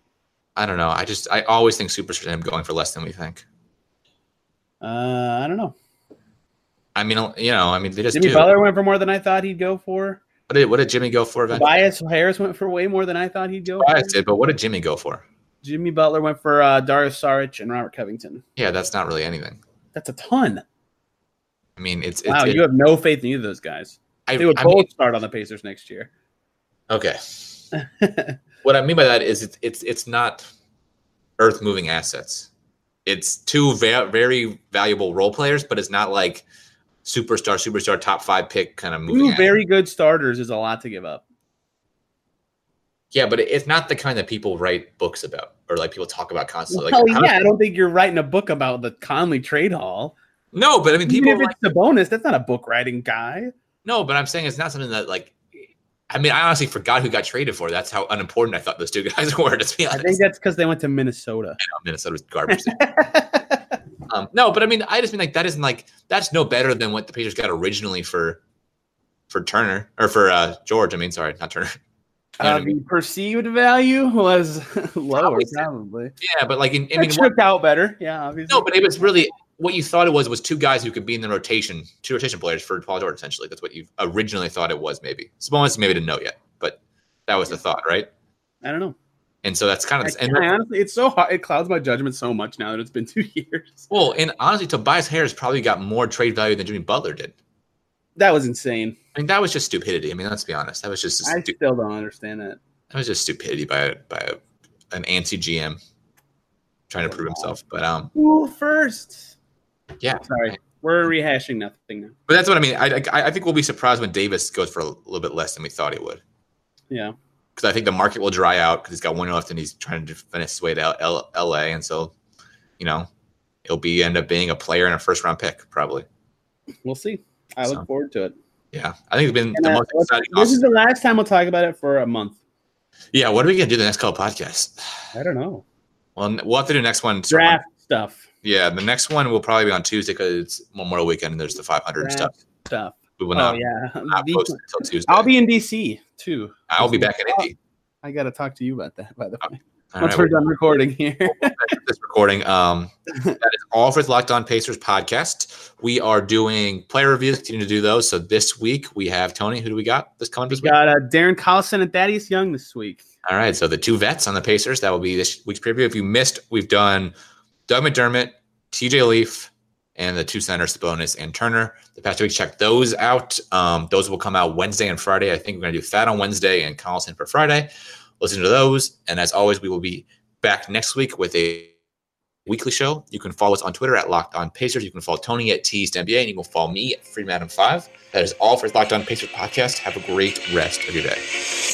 Speaker 2: I don't know. I just I always think superstars end up going for less than we think.
Speaker 3: Uh, I don't know.
Speaker 2: I mean, you know, I mean they just
Speaker 3: Jimmy
Speaker 2: do.
Speaker 3: Butler went for more than I thought he'd go for.
Speaker 2: What did, what did Jimmy go for? Eventually?
Speaker 3: Tobias Harris went for way more than I thought he'd go. for.
Speaker 2: Tobias did, but what did Jimmy go for?
Speaker 3: Jimmy Butler went for uh, Darius Saric and Robert Covington.
Speaker 2: Yeah, that's not really anything.
Speaker 3: That's a ton.
Speaker 2: I mean, it's, it's
Speaker 3: Wow,
Speaker 2: it-
Speaker 3: you have no faith in either of those guys.
Speaker 2: I,
Speaker 3: They would
Speaker 2: I
Speaker 3: both
Speaker 2: mean-
Speaker 3: start on the Pacers next year. (laughs)
Speaker 2: okay. what I mean by that is it's it's it's not earth moving assets. It's two va- very valuable role players, but it's not like superstar, superstar, top five pick kind of moving.
Speaker 3: Two
Speaker 2: assets.
Speaker 3: very good starters is a lot to give up.
Speaker 2: yeah, but it- it's not the kind that people write books about or like people talk about constantly. Like,
Speaker 3: Hell
Speaker 2: how-
Speaker 3: yeah, I don't think you're writing a book about the Conley trade hall.
Speaker 2: No, but I mean, people
Speaker 3: Even if
Speaker 2: like,
Speaker 3: it's the bonus, that's not a book writing guy.
Speaker 2: no, but I'm saying it's not something that like. I mean, I honestly forgot who got traded for. That's how unimportant I thought those two (laughs) guys were. To be
Speaker 3: I
Speaker 2: honest,
Speaker 3: think that's because they went to Minnesota.
Speaker 2: (laughs) Minnesota was
Speaker 3: (laughs)
Speaker 2: garbage. Um, no, but I mean, I just mean like that isn't like that's no better than what the Pacers got originally for for Turner or for uh George. I mean, sorry, not Turner. (laughs) You know what
Speaker 3: Uh,
Speaker 2: I mean?
Speaker 3: the perceived value was (laughs) lower,
Speaker 2: Probably.
Speaker 3: probably.
Speaker 2: Yeah, but like in, I
Speaker 3: It
Speaker 2: mean, what-
Speaker 3: worked out better. Yeah, obviously.
Speaker 2: no, but it was really what you thought it was was two guys who could be in the rotation, two rotation players for Paul George. Essentially, that's what you originally thought it was. Maybe Sabonis maybe didn't know yet, but that was the thought, right?
Speaker 3: I don't know.
Speaker 2: And so that's kind of
Speaker 3: I,
Speaker 2: this, and
Speaker 3: I honestly, it's so hard. It clouds my judgment so much now that it's been (laughs) two years.
Speaker 2: well, and honestly, Tobias Harris probably got more trade value than Jimmy Butler did.
Speaker 3: That was insane.
Speaker 2: I mean, that was just stupidity. I mean, let's be honest, that was just
Speaker 3: I
Speaker 2: stu-
Speaker 3: still don't understand that.
Speaker 2: That was just stupidity by a, by a, an anti GM trying to prove himself. But um,
Speaker 3: Cool first.
Speaker 2: Yeah.
Speaker 3: Sorry, we're rehashing nothing now.
Speaker 2: but that's what I mean. I I, I think we'll be surprised when Davis goes for a little bit less than we thought he would.
Speaker 3: Yeah.
Speaker 2: Because I think the market will dry out because he's got one left and he's trying to finish his way to L- L- LA. And so, you know, it'll be end up being a player and a first round pick probably.
Speaker 3: We'll see. I
Speaker 2: So,
Speaker 3: look forward to it.
Speaker 2: Yeah. I think it's been
Speaker 3: And,
Speaker 2: the
Speaker 3: uh,
Speaker 2: most
Speaker 3: let's-
Speaker 2: exciting.
Speaker 3: this is
Speaker 2: offseason.
Speaker 3: the last time we'll talk about it for a month.
Speaker 2: yeah. What are we going to do the next couple podcasts?
Speaker 3: I don't know.
Speaker 2: Well, n- we'll have to do next one. so-
Speaker 3: Draft stuff.
Speaker 2: Yeah. The next one will probably be on Tuesday because it's Memorial Weekend and there's the 500 and stuff.
Speaker 3: Draft stuff.
Speaker 2: We will
Speaker 3: Oh
Speaker 2: not,
Speaker 3: yeah.
Speaker 2: not
Speaker 3: The-
Speaker 2: post it until Tuesday.
Speaker 3: I'll be in DC too.
Speaker 2: I'll be back in Indy.
Speaker 3: I gotta talk to you about that. By the way,
Speaker 2: Oh, All
Speaker 3: Once
Speaker 2: right,
Speaker 3: we're done recording here.
Speaker 2: this recording.
Speaker 3: (laughs)
Speaker 2: Um, that is all for the Locked On Pacers podcast. We are doing player reviews, continue to do those. So this week we have Tony. Who do we got this coming up
Speaker 3: we
Speaker 2: this week?
Speaker 3: got uh, Darren Collison and Thaddeus Young this week.
Speaker 2: All right. So the two vets on the Pacers. That will be this week's preview. If you missed, we've done Doug McDermott, TJ Leaf, and the two centers, Sabonis and Turner. The past two weeks, check those out. Um, those will come out Wednesday and Friday. I think we're going to do Fat on Wednesday and Collison for Friday. Listen to those. And as always, we will be back next week with a weekly show. You can follow us on Twitter at Locked On Pacers. You can follow Tony at Teased NBA, and you can follow me at Free Madam Five. That is all for Locked On Pacers podcast. Have a great rest of your day.